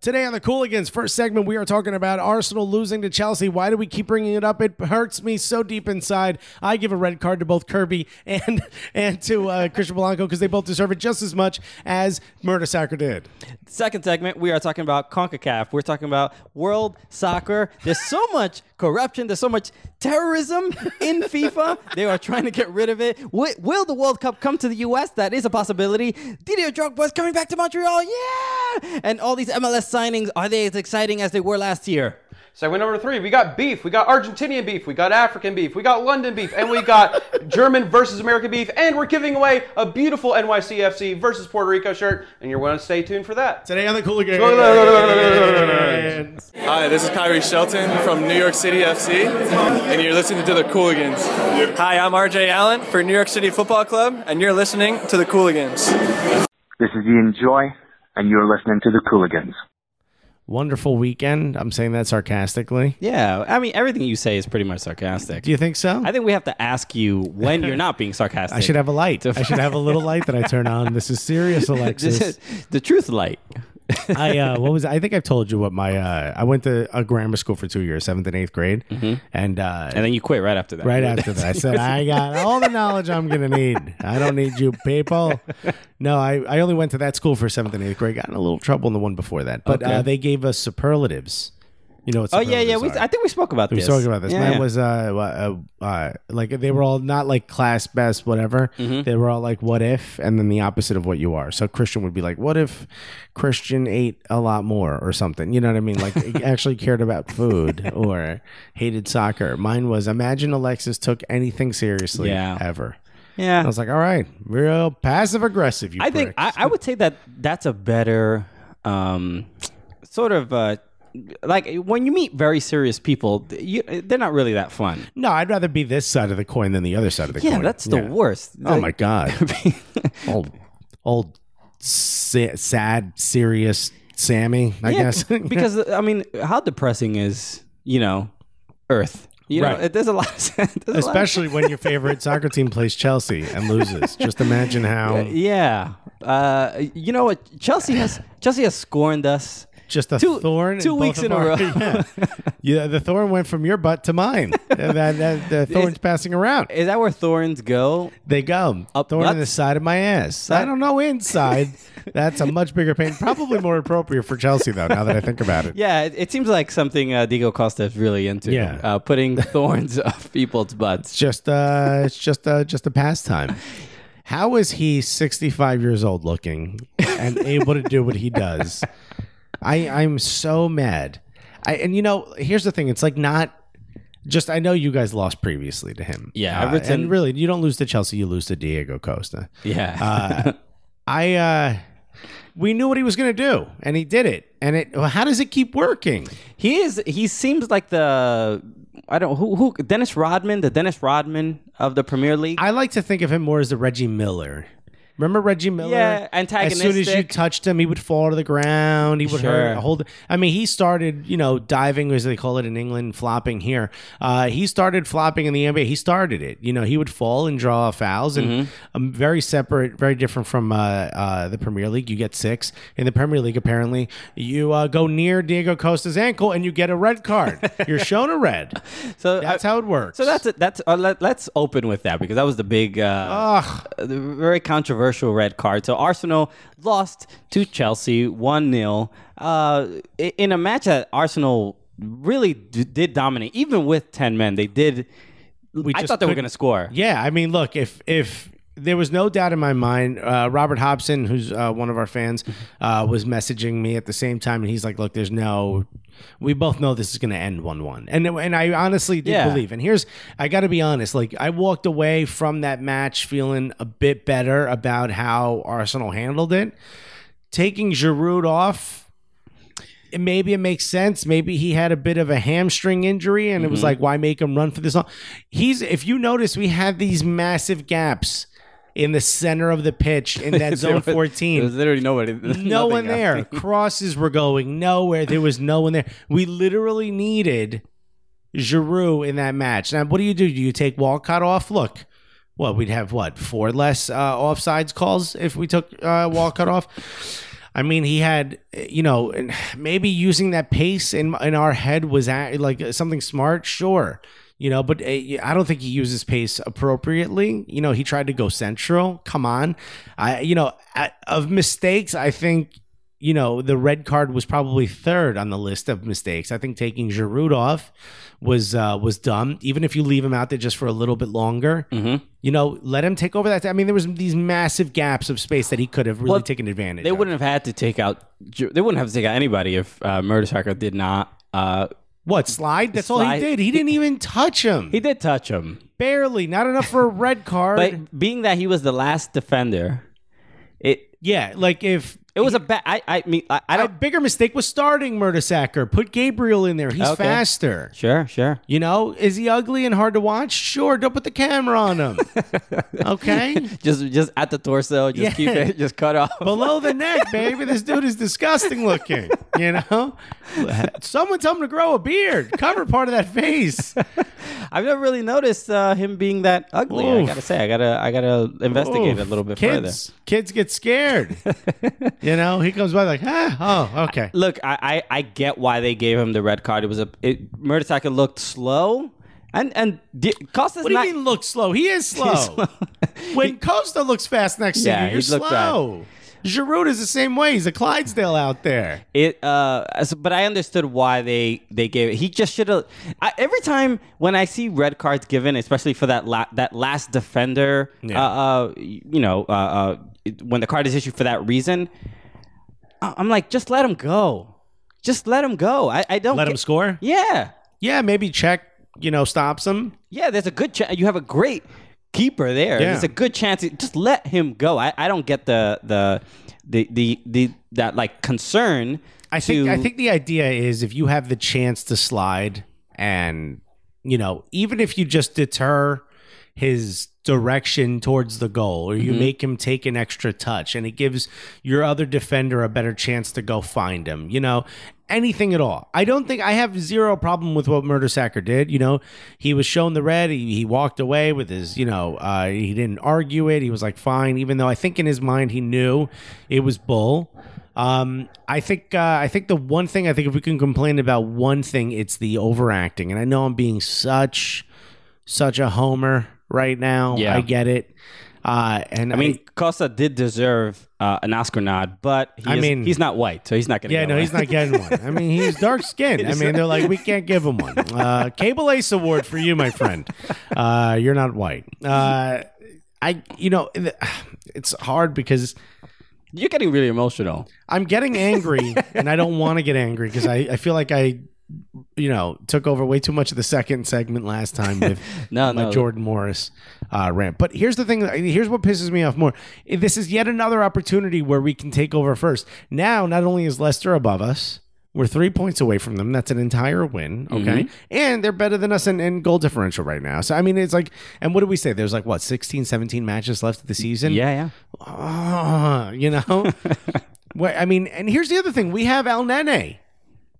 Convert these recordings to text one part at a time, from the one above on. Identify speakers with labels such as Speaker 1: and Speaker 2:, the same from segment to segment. Speaker 1: Today on the Cooligans, first segment, we are talking about Arsenal losing to Chelsea. Why do we keep bringing it up? It hurts me so deep inside. I give a red card to both Kirby and and to uh, Christian Blanco because they both deserve it just as much as Murdersacker did.
Speaker 2: Second segment, we are talking about CONCACAF. We're talking about world soccer. There's so much corruption. There's so much terrorism in FIFA. They are trying to get rid of it. Wi- will the World Cup come to the U.S.? That is a possibility. Didier Drogba is coming back to Montreal. Yeah! And all these MLS signings, are they as exciting as they were last year?
Speaker 3: Segment number three, we got beef, we got Argentinian beef, we got African beef, we got London beef, and we got German versus American beef, and we're giving away a beautiful NYCFC versus Puerto Rico shirt, and you're going to stay tuned for that.
Speaker 1: Today on the Cooligans.
Speaker 4: Hi, this is Kyrie Shelton from New York City FC, and you're listening to the Cooligans. Hi, I'm RJ Allen for New York City Football Club, and you're listening to the Cooligans.
Speaker 5: This is Ian Joy, and you're listening to the Cooligans.
Speaker 1: Wonderful weekend. I'm saying that sarcastically.
Speaker 2: Yeah, I mean, everything you say is pretty much sarcastic.
Speaker 1: Do you think so?
Speaker 2: I think we have to ask you when you're not being sarcastic.
Speaker 1: I should have a light. I should have a little light that I turn on. This is serious,
Speaker 2: This
Speaker 1: Alexis.
Speaker 2: is the truth light.
Speaker 1: I uh, what was I think I've told you what my uh, I went to a grammar school for two years, seventh and eighth grade, and uh,
Speaker 2: Mm-hmm. And then you quit right after that.
Speaker 1: right after that. I said, I got all the knowledge I'm going to need. I don't need you people. No, I, I only went to that school for seventh and eighth grade. Got in a little trouble in the one before that. But
Speaker 2: Okay.
Speaker 1: uh, they gave us superlatives. You know what
Speaker 2: Oh yeah, yeah. We,
Speaker 1: superlatives are.
Speaker 2: I think we spoke about
Speaker 1: we
Speaker 2: this.
Speaker 1: spoke about this.
Speaker 2: Yeah,
Speaker 1: Mine
Speaker 2: yeah.
Speaker 1: was uh, uh, uh, like they were all not like class best, whatever.
Speaker 2: Mm-hmm.
Speaker 1: They were all like, "What if?" and then the opposite of what you are. So Christian would be like, "What if Christian ate a lot more or something?" You know what I mean? Like actually cared about food or hated soccer. Mine was, "Imagine Alexis took anything seriously
Speaker 2: Yeah.
Speaker 1: ever."
Speaker 2: yeah.
Speaker 1: I was like, "All right, real passive aggressive." You,
Speaker 2: I think
Speaker 1: prick."
Speaker 2: I, I would say that that's a better um, sort of uh, like when you meet very serious people, th- you, they're not really that fun.
Speaker 1: no, I'd rather be this side of the coin than the other side of the
Speaker 2: Yeah,
Speaker 1: coin.
Speaker 2: that's the worst.
Speaker 1: Oh my god. old old sa- sad serious sammy i
Speaker 2: Yeah,
Speaker 1: guess
Speaker 2: because I mean, how depressing is you know Earth? You know,
Speaker 1: Right.
Speaker 2: there's a lot. Of, there's a lot of-
Speaker 1: especially when your favorite soccer team plays chelsea and loses just imagine how
Speaker 2: yeah. Uh, you know what? Chelsea has Chelsea has scorned us.
Speaker 1: just a
Speaker 2: Two-
Speaker 1: thorn
Speaker 2: two
Speaker 1: both
Speaker 2: weeks
Speaker 1: of
Speaker 2: in a
Speaker 1: our-
Speaker 2: row.
Speaker 1: yeah. yeah the thorn went from your butt to mine that, that, the thorn's passing around
Speaker 2: Is that where thorns go?
Speaker 1: They go
Speaker 2: Up
Speaker 1: thorn in the
Speaker 2: nuts?
Speaker 1: side of my ass. I don't know inside. That's a much bigger pain. Probably more appropriate for Chelsea though. Now that I think about it,
Speaker 2: Yeah, it, it seems like something uh, Diego Costa is really into.
Speaker 1: Yeah.
Speaker 2: Uh, putting thorns up people's butts.
Speaker 1: It's just uh it's just uh just a pastime. How is he 65 years old looking and able to do what he does? I I'm so mad. I and you know, here's the thing, it's like not just I know you guys lost previously to him.
Speaker 2: Yeah,
Speaker 1: Uh,
Speaker 2: Everton-
Speaker 1: and really you don't lose to Chelsea, you lose to Diego Costa.
Speaker 2: Yeah.
Speaker 1: Uh, I uh we knew what he was going to do and he did it. And it well, how does it keep working?
Speaker 2: he is he seems like the I don't who who Dennis Rodman, the Dennis Rodman of the Premier League.
Speaker 1: I like to think of him more as the Reggie Miller. Remember Reggie Miller?
Speaker 2: Yeah,
Speaker 1: As soon as you
Speaker 2: antagonistic.
Speaker 1: touched him, he would fall to the ground. He would
Speaker 2: Sure.
Speaker 1: hurt. Hold. I mean, he started, you know, diving as they call it in England, flopping here. Uh, he started flopping in the NBA. He started it. You know, he would fall and draw fouls, and
Speaker 2: Mm-hmm.
Speaker 1: um, very separate, very different from uh, uh, the Premier League. You get six in the Premier League. Apparently, you uh, go near Diego Costa's ankle and you get a red card. You're shown a red.
Speaker 2: so
Speaker 1: That's
Speaker 2: I-
Speaker 1: how it works.
Speaker 2: So that's that's uh, let, let's open with that because that was the big uh, the very controversial red card. So Arsenal lost to Chelsea 1-0 uh, i- in a match that Arsenal really d- did dominate even with 10 men. They did I
Speaker 1: just
Speaker 2: thought they were
Speaker 1: couldn't-
Speaker 2: going to score.
Speaker 1: Yeah, I mean, look, if if there was no doubt in my mind, uh, Robert Hobson, who's uh, one of our fans, uh, was messaging me at the same time, and he's like, "Look, there's no, we both know this is going to end one-one," and and I honestly did
Speaker 2: Yeah.
Speaker 1: believe. And here's, I got to be honest, like I walked away from that match feeling a bit better about how Arsenal handled it, taking Giroud off it- maybe it makes sense. Maybe he had a bit of a hamstring injury, and it
Speaker 2: Mm-hmm.
Speaker 1: was like, why make him run for this long? He's, if you notice, we had these massive gaps in the center of the pitch in that zone
Speaker 2: There was- There was
Speaker 1: 14.
Speaker 2: literally nobody.
Speaker 1: No
Speaker 2: nothing
Speaker 1: one there.
Speaker 2: happening.
Speaker 1: Crosses were going nowhere. There was no one there. We literally needed Giroux in that match. Now, what do you do? Do you take Walcott off? Look, what we'd have what four less uh, offsides calls if we took uh, Walcott off. I mean, he had you know and maybe using that pace in in our head was at, like uh, something smart, sure. You know, but uh, I don't think he uses pace appropriately. You know, he tried to go central. Come on, I you know I, of mistakes, I think you know, the red card was probably third on the list of mistakes. I think taking Giroud off was uh, was dumb. Even if you leave him out there just for a little bit longer,
Speaker 2: Mm-hmm.
Speaker 1: you know, let him take over that. I mean, there was these massive gaps of space that he could have really
Speaker 2: Well,
Speaker 1: taken advantage.
Speaker 2: They
Speaker 1: of.
Speaker 2: wouldn't have had to take out. Ju- They wouldn't have to take out anybody if uh, Murder Soccer did not. Uh,
Speaker 1: What slide? That's all he
Speaker 2: Slide.
Speaker 1: did. He didn't even touch him.
Speaker 2: he did touch him,
Speaker 1: barely. Not enough for a red card.
Speaker 2: but being that he was the last defender, it
Speaker 1: yeah, like if.
Speaker 2: it was a bad. I I mean I, I
Speaker 1: A
Speaker 2: don't.
Speaker 1: bigger mistake was starting Murdersacker. Put Gabriel in there. He's
Speaker 2: Okay.
Speaker 1: faster.
Speaker 2: sure, sure.
Speaker 1: You know, is he ugly and hard to watch? Sure, don't put the camera on him. okay?
Speaker 2: Just just at the torso. Just
Speaker 1: Yeah.
Speaker 2: keep it. Just cut off.
Speaker 1: Below the neck, baby. This dude is disgusting looking. You know? Someone tell him to grow a beard. Cover part of that face.
Speaker 2: I've never really noticed uh, him being that ugly. I
Speaker 1: Oof.
Speaker 2: gotta say, I gotta I gotta investigate it a
Speaker 1: Oof.
Speaker 2: little bit
Speaker 1: kids, Kids get scared. you know, he comes by like, ah, oh, okay.
Speaker 2: further. Look, I, I I get why they gave him the red card. It was a it, Murtasaka looked slow, and and di- Costa's
Speaker 1: What do you
Speaker 2: not.
Speaker 1: mean look slow? He is slow. when Costa looks fast next to
Speaker 2: Yeah,
Speaker 1: you,
Speaker 2: he
Speaker 1: you're
Speaker 2: looked bad.
Speaker 1: slow. Giroud is the same way. He's a Clydesdale out there.
Speaker 2: It uh, as- but I understood why they they gave it. He just should have. Every time when I see red cards given, especially for that la- that last defender,
Speaker 1: Yeah.
Speaker 2: uh, uh, you know, uh, uh, it- when the card is issued for that reason, I- I'm like, just let him go, just let him go. I, I don't
Speaker 1: Let
Speaker 2: get-
Speaker 1: him score?
Speaker 2: Yeah,
Speaker 1: Yeah, maybe check, you know, stops him.
Speaker 2: yeah. There's a good chance. You have a great keeper there.
Speaker 1: Yeah.
Speaker 2: There's a good chance. Just let him go. I, I don't get the the the the, the that like concern.
Speaker 1: I think
Speaker 2: to-
Speaker 1: I think the idea is if you have the chance to slide and you know, even if you just deter his direction towards the goal or you make him take an extra touch and it gives your other defender a better chance to go find him, you know, anything at all. I don't think I have zero problem with what Murdersacker did, you know. He was shown the red, he, he walked away with his, you know, uh, he didn't argue it. He was like fine even though I think in his mind he knew it was bull. Um, I think uh, I think the one thing I think if we can complain about one thing, it's the overacting. And I know I'm being such such a homer right now.
Speaker 2: Yeah.
Speaker 1: I get it. Uh, and
Speaker 2: I mean, Costa did deserve uh, an Oscar nod, but he
Speaker 1: I
Speaker 2: is-
Speaker 1: mean-
Speaker 2: he's not white, so he's not going to.
Speaker 1: yeah, no, he's not getting one. I mean, he's dark skinned. I mean, they're like, we can't give him one. Uh, Cable Ace Award for you, my friend. Uh, you're not white. Uh, I, you know, it's hard because.
Speaker 2: You're getting really emotional.
Speaker 1: I'm getting angry, and I don't want to get angry because I, I feel like I, you know, took over way too much of the second segment last time with
Speaker 2: No,
Speaker 1: my
Speaker 2: no.
Speaker 1: Jordan Morris uh, rant. But here's the thing. Here's what pisses me off more. Eh, This is yet another opportunity where we can take over first. Now, not only is Leicester above us, we're three points away from them. That's an entire win.
Speaker 2: Mm-hmm.
Speaker 1: Okay. And they're better than us in, in goal differential right now. So, I mean, it's like, and what did we say? There's like, what, 16, 17 matches left of the season?
Speaker 2: Yeah, yeah.
Speaker 1: Ah, you know? Wait, I mean, and here's the other thing. We have El Nene,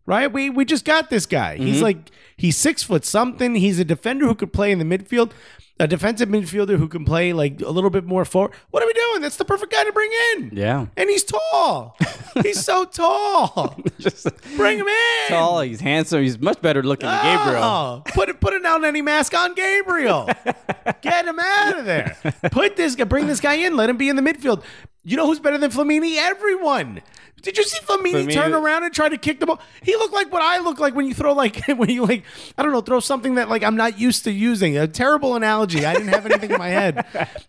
Speaker 1: right? We we just got this guy. He's
Speaker 2: Mm-hmm.
Speaker 1: like he's six foot something. He's a defender who could play in the midfield, a defensive midfielder who can play like a little bit more forward. What are we doing? That's the perfect guy to bring in.
Speaker 2: Yeah.
Speaker 1: And he's tall. he's so tall.
Speaker 2: Just
Speaker 1: Bring him in.
Speaker 2: tall. He's handsome. He's much better looking than Gabriel.
Speaker 1: Oh, put it, put an El Nene mask on Gabriel. Get him out of there. Put this guy, bring this guy in. Let him be in the midfield. You know who's better than Flamini? Everyone. Did you see Flamini,
Speaker 2: Flamini-
Speaker 1: turn around and try to kick the ball? He looked like what I look like when you throw like when you like I don't know throw something that like I'm not used to using. A terrible analogy. I didn't have anything in my head.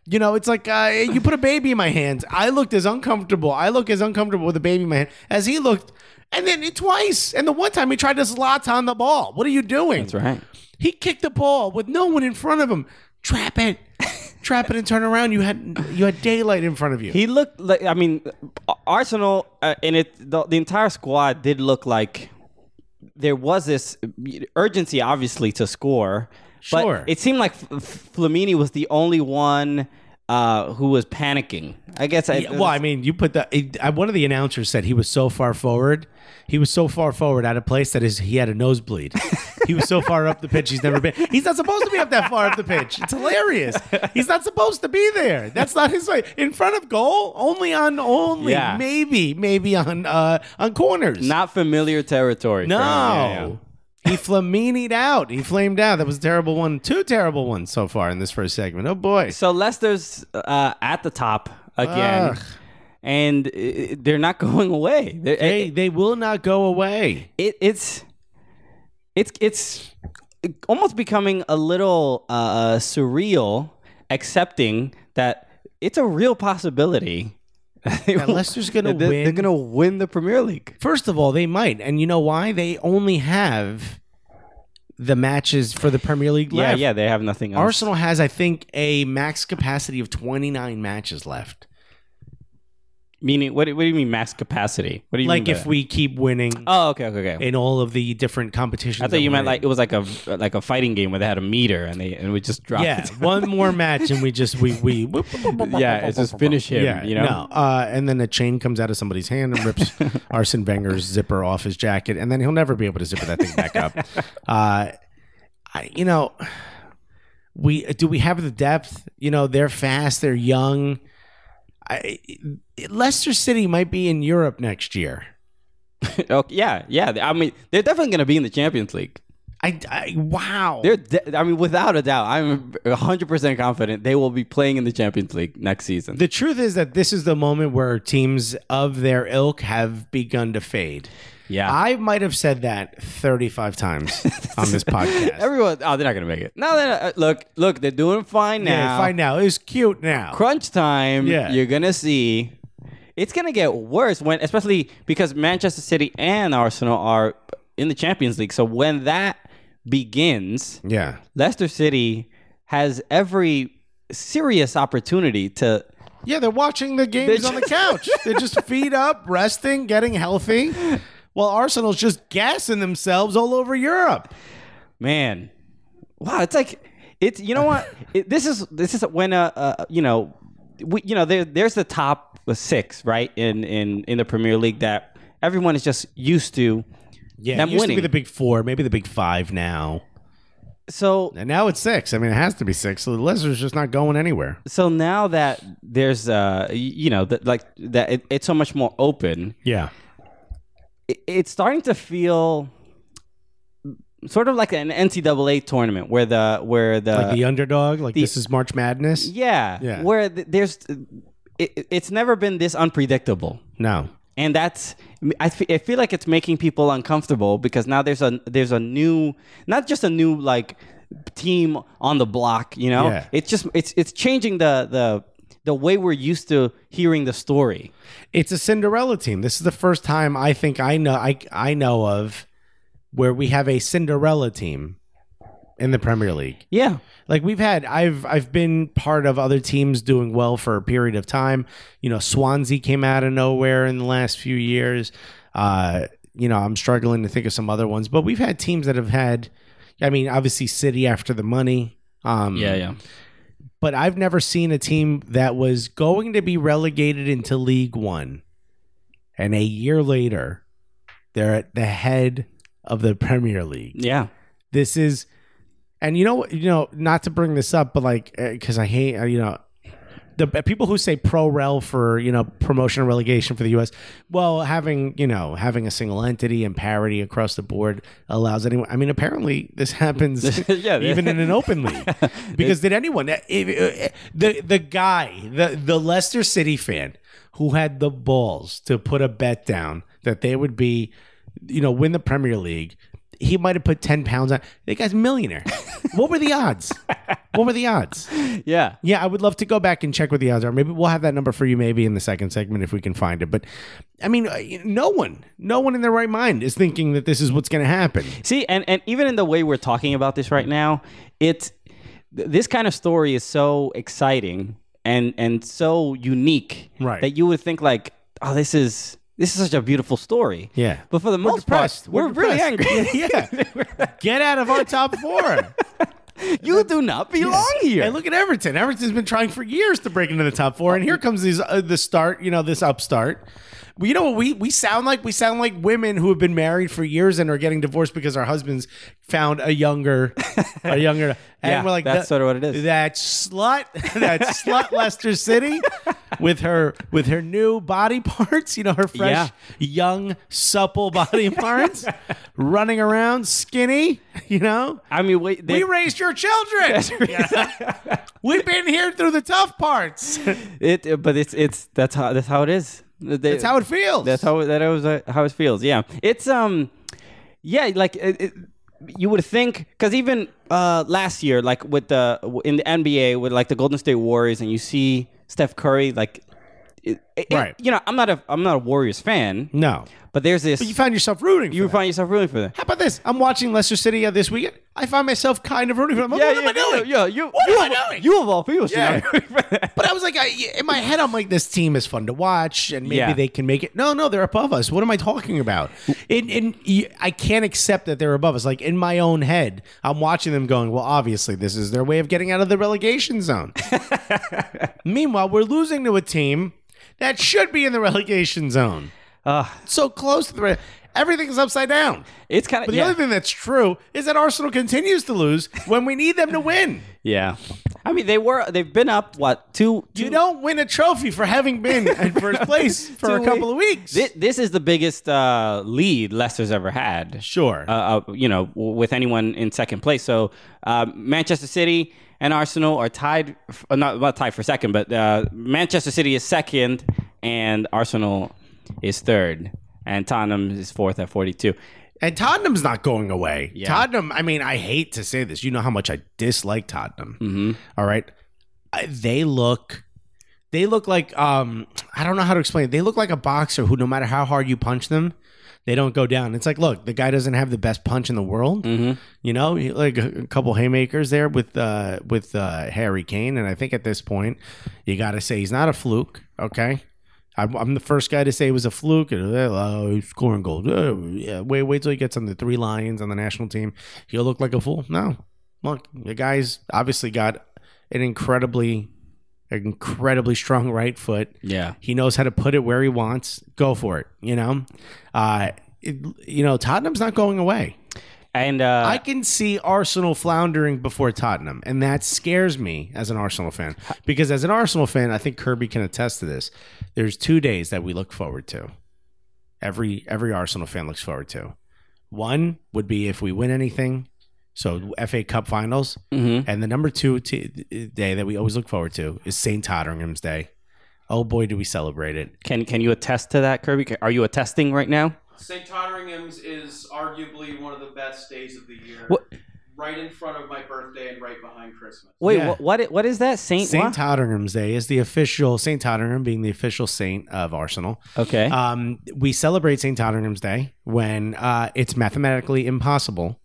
Speaker 1: You know, it's like uh, you put a baby in my hands. I looked as uncomfortable. I look as uncomfortable with a baby in my hand as he looked. And then it twice. And the one time he tried to slot on the ball. What are you doing?
Speaker 2: That's right.
Speaker 1: He kicked the ball with no one in front of him. Trap it, trap it, and turn around. You had you had daylight in front of you.
Speaker 2: He looked like. I mean, Arsenal uh, and it the, the entire squad did look like there was this urgency, obviously, to score.
Speaker 1: Sure.
Speaker 2: But it seemed like F- F- Flamini was the only one uh, who was panicking. I guess I.
Speaker 1: Yeah, well, I mean, you put the it, I, one of the announcers said he was so far forward, he was so far forward out of place that his, he had a nosebleed. he was so far up the pitch he's never been. He's not supposed to be up that far up the pitch. It's hilarious. He's not supposed to be there. That's not his way. In front of goal, only on only
Speaker 2: Yeah.
Speaker 1: maybe maybe on uh on corners.
Speaker 2: not familiar territory.
Speaker 1: no.
Speaker 2: for him. Oh, Yeah, yeah.
Speaker 1: He flaminied out. He flamed out. That was a terrible one. Two terrible ones so far in this first segment. Oh boy.
Speaker 2: So Leicester's uh, at the top again,
Speaker 1: Ugh.
Speaker 2: and uh, they're not going away. They're-
Speaker 1: They they will not go away.
Speaker 2: it, it's it's it's almost becoming a little uh, surreal accepting that it's a real possibility that
Speaker 1: Leicester's gonna
Speaker 2: they're, they're
Speaker 1: win.
Speaker 2: gonna win the premier league
Speaker 1: First of all, they might, and you know why? They only have the matches for the Premier League
Speaker 2: yeah
Speaker 1: left.
Speaker 2: yeah they have nothing else
Speaker 1: Arsenal has, I think, a max capacity of twenty nine matches left.
Speaker 2: meaning what, do- what do you mean max capacity what do you
Speaker 1: Like
Speaker 2: mean by
Speaker 1: if
Speaker 2: that?
Speaker 1: we keep winning
Speaker 2: oh okay okay okay
Speaker 1: in all of the different competitions,
Speaker 2: I
Speaker 1: that
Speaker 2: thought you
Speaker 1: we're
Speaker 2: meant
Speaker 1: in.
Speaker 2: like it was like a like a fighting game where they had a meter and they and we just dropped
Speaker 1: yeah,
Speaker 2: it.
Speaker 1: one more match and we just we we
Speaker 2: yeah, it's just finish him.
Speaker 1: yeah,
Speaker 2: you know.
Speaker 1: no, uh, and then a chain comes out of somebody's hand and rips Arsene Wenger's zipper off his jacket, and then he'll never be able to zipper that thing back up. Uh, I, you know, we do we have the depth? You know, they're fast, they're young. I, Leicester City might be in Europe next year.
Speaker 2: Okay, yeah, yeah. I mean, they're definitely going to be in the Champions League.
Speaker 1: I, I wow,
Speaker 2: They're, de- I mean, without a doubt, I'm 100% confident they will be playing in the Champions League next season.
Speaker 1: The truth is that this is the moment where teams of their ilk have begun to fade.
Speaker 2: Yeah.
Speaker 1: I might have said that 35 times on this podcast.
Speaker 2: Everyone, oh, they're not going to make it. No, they're not. Uh, Look, look, they're doing fine now.
Speaker 1: Yeah, find out. It's cute now.
Speaker 2: Crunch time.
Speaker 1: Yeah.
Speaker 2: You're going to see. It's going to get worse when, especially because Manchester City and Arsenal are in the Champions League. So when that begins,
Speaker 1: yeah.
Speaker 2: Leicester City has every serious opportunity to
Speaker 1: Yeah, they're watching the games
Speaker 2: They
Speaker 1: on the couch. they're just feet up, resting, getting healthy. While Arsenal's just gassing themselves all over Europe.
Speaker 2: man wow it's like it's you know what it, this is this is when uh, uh you know we you know there there's the top six right in in in the premier league that everyone is just used to
Speaker 1: Yeah,
Speaker 2: Them
Speaker 1: it used
Speaker 2: winning.
Speaker 1: to be the big four, maybe the big five now.
Speaker 2: so
Speaker 1: And now it's six. I mean, it has to be six. So the Leicester's just not going anywhere.
Speaker 2: so now that there's uh y- you know that like that it, it's so much more open
Speaker 1: Yeah.
Speaker 2: it, it's starting to feel sort of like an ncaa tournament where the where the
Speaker 1: Like Uh, the underdog, like this is March Madness.
Speaker 2: yeah,
Speaker 1: Yeah.
Speaker 2: where th- there's it, it- it's never been this unpredictable
Speaker 1: No.
Speaker 2: and that's I fe- I feel like it's making people uncomfortable because now there's a there's a new not just a new like team on the block you know
Speaker 1: Yeah.
Speaker 2: it's just it's it's changing the the the way we're used to hearing the story
Speaker 1: it's a Cinderella team. This is the first time I think I know I I know of where we have a Cinderella team in the Premier League.
Speaker 2: yeah
Speaker 1: Like we've had I've I've been part of other teams doing well for a period of time. You know, Swansea came out of nowhere in the last few years. Uh, you know, I'm struggling to think of some other ones, but we've had teams that have had I mean, obviously City after the money. Um but I've never seen a team that was going to be relegated into League One, and a year later, they're at the head of the Premier League.
Speaker 2: yeah
Speaker 1: This is, and you know, you know, not to bring this up, but like, because I hate, uh, you know. The people who say pro rel for you know promotion and relegation for the U.S. Well, having you know having a single entity and parity across the board allows anyone. I mean, apparently this happens
Speaker 2: Yeah, they-
Speaker 1: even in an open league because did anyone eh, if, if- the the guy the the Leicester City fan who had the balls to put a bet down that they would be you know win the Premier League he might have put 10 pounds on that guy's a millionaire what were the odds what were the odds
Speaker 2: yeah
Speaker 1: yeah I would love to go back and check what the odds are maybe we'll have that number for you maybe in the second segment if we can find it but I mean uh, no one no one in their right mind is thinking that this is what's going to happen
Speaker 2: See, and and even in the way we're talking about this right now, it's th- this kind of story is so exciting and and so unique
Speaker 1: Right.
Speaker 2: that you would think like, oh, this is this is such a beautiful story.
Speaker 1: Yeah.
Speaker 2: But for the
Speaker 1: We're
Speaker 2: most
Speaker 1: depressed.
Speaker 2: part, we're, really
Speaker 1: depressed.
Speaker 2: angry.
Speaker 1: yeah. Get out of our top four.
Speaker 2: You do not belong here.
Speaker 1: And look at Everton. Everton's been trying for years to break into the top four, and here comes these uh, the start. You know this upstart. Well, you know what we we sound like? We sound like women who have been married for years and are getting divorced because our husbands found a younger, a younger. And
Speaker 2: Yeah,
Speaker 1: we're like
Speaker 2: that's
Speaker 1: "That-
Speaker 2: sorta what it is."
Speaker 1: That slut, that slut, Leicester City, with her with her new body parts. You know her fresh, young, supple body parts, running around skinny. You know.
Speaker 2: I mean, wait. They,
Speaker 1: we raised your children. We've been here through the tough parts.
Speaker 2: it, but it's it's that's how that's how it is.
Speaker 1: That's how it feels.
Speaker 2: That's how that was uh, how it feels. Yeah, it's um, yeah, like it, it, you would think because even uh last year, like with the in the NBA with like the Golden State Warriors, and you see Steph Curry, like, it, it-
Speaker 1: Right.
Speaker 2: You know, I'm not a I'm not a Warriors fan.
Speaker 1: No,
Speaker 2: but there's this.
Speaker 1: you found yourself rooting.
Speaker 2: you
Speaker 1: for them.
Speaker 2: find yourself rooting for them.
Speaker 1: How about this? I'm watching Leicester City uh, this weekend. I find myself kind of rooting for them. I'm like, what am I doing?
Speaker 2: Yeah, you.
Speaker 1: What
Speaker 2: you
Speaker 1: am
Speaker 2: of-
Speaker 1: I doing?
Speaker 2: You of all people should
Speaker 1: Yeah.
Speaker 2: not be rooting for them.
Speaker 1: But I was like, I, in my head, I'm like, this team is fun to watch, and maybe
Speaker 2: Yeah.
Speaker 1: they can make it. No, no, they're above us. What am I talking about? And, and y- I can't accept that they're above us. Like in my own head, I'm watching them going, well, obviously this is their way of getting out of the relegation zone. Meanwhile, we're losing to a team that should be in the relegation zone. so close to the. Re- Everything's upside down.
Speaker 2: It's kind
Speaker 1: But
Speaker 2: of
Speaker 1: the
Speaker 2: yeah.
Speaker 1: other thing that's true is that Arsenal continues to lose when we need them to win.
Speaker 2: yeah. I mean, they were they've been up what two?
Speaker 1: You
Speaker 2: two-
Speaker 1: don't win a trophy for having been in first place for
Speaker 2: two
Speaker 1: a couple of weeks.
Speaker 2: Thi- This, is the biggest uh, lead Leicester's ever had.
Speaker 1: sure.
Speaker 2: Uh, uh, you know, w- with anyone in second place. So uh, Manchester City and Arsenal are tied, f- uh, not, not tied for second, but uh, Manchester City is second and Arsenal is third. And Tottenham is fourth at 42.
Speaker 1: and Tottenham's not going away.
Speaker 2: Yeah.
Speaker 1: Tottenham, I mean, I hate to say this. You know how much I dislike Tottenham.
Speaker 2: Hmm. Mm-hmm.
Speaker 1: All right. I, they look they look like um I don't know how to explain it. They look like a boxer who no matter how hard you punch them, they don't go down. It's like, look, the guy doesn't have the best punch in the world.
Speaker 2: Mm-hmm.
Speaker 1: You know, he- like a a couple haymakers there with uh with uh Harry Kane and I think at this point you got to say he's not a fluke, okay? I'm, I'm the first guy to say it was a fluke. And, uh, oh, he's scoring goals. Uh, yeah, wait, wait till he gets on the three lions on the national team. He'll look like a fool. No, look, the guy's obviously got an incredibly, incredibly strong right foot.
Speaker 2: Yeah.
Speaker 1: He knows how to put it where he wants. Go for it. You know, uh, it, you know, Tottenham's not going away.
Speaker 2: And uh,
Speaker 1: I can see Arsenal floundering before Tottenham, and that scares me as an Arsenal fan. Because as an Arsenal fan, I think Kirby can attest to this. There's two days that we look forward to. Every every Arsenal fan looks forward to. One would be if we win anything, so FA Cup finals, and the number two t- day that we always look forward to is St. Tottenham's Day. Oh boy, do we celebrate it!
Speaker 2: can can you attest to that, Kirby? Ca- Are you attesting right now?
Speaker 3: St. Totteringham's is arguably one of the best days of the year.
Speaker 2: What-
Speaker 3: Right in front of my birthday and right behind Christmas.
Speaker 2: Wait,
Speaker 1: Yeah.
Speaker 2: what, what what is that? Saint
Speaker 1: St.
Speaker 2: what?
Speaker 1: Tottenham's Day is the official St. Tottenham being the official saint of Arsenal.
Speaker 2: Okay.
Speaker 1: Um, we celebrate St. Tottenham's Day when uh, it's mathematically impossible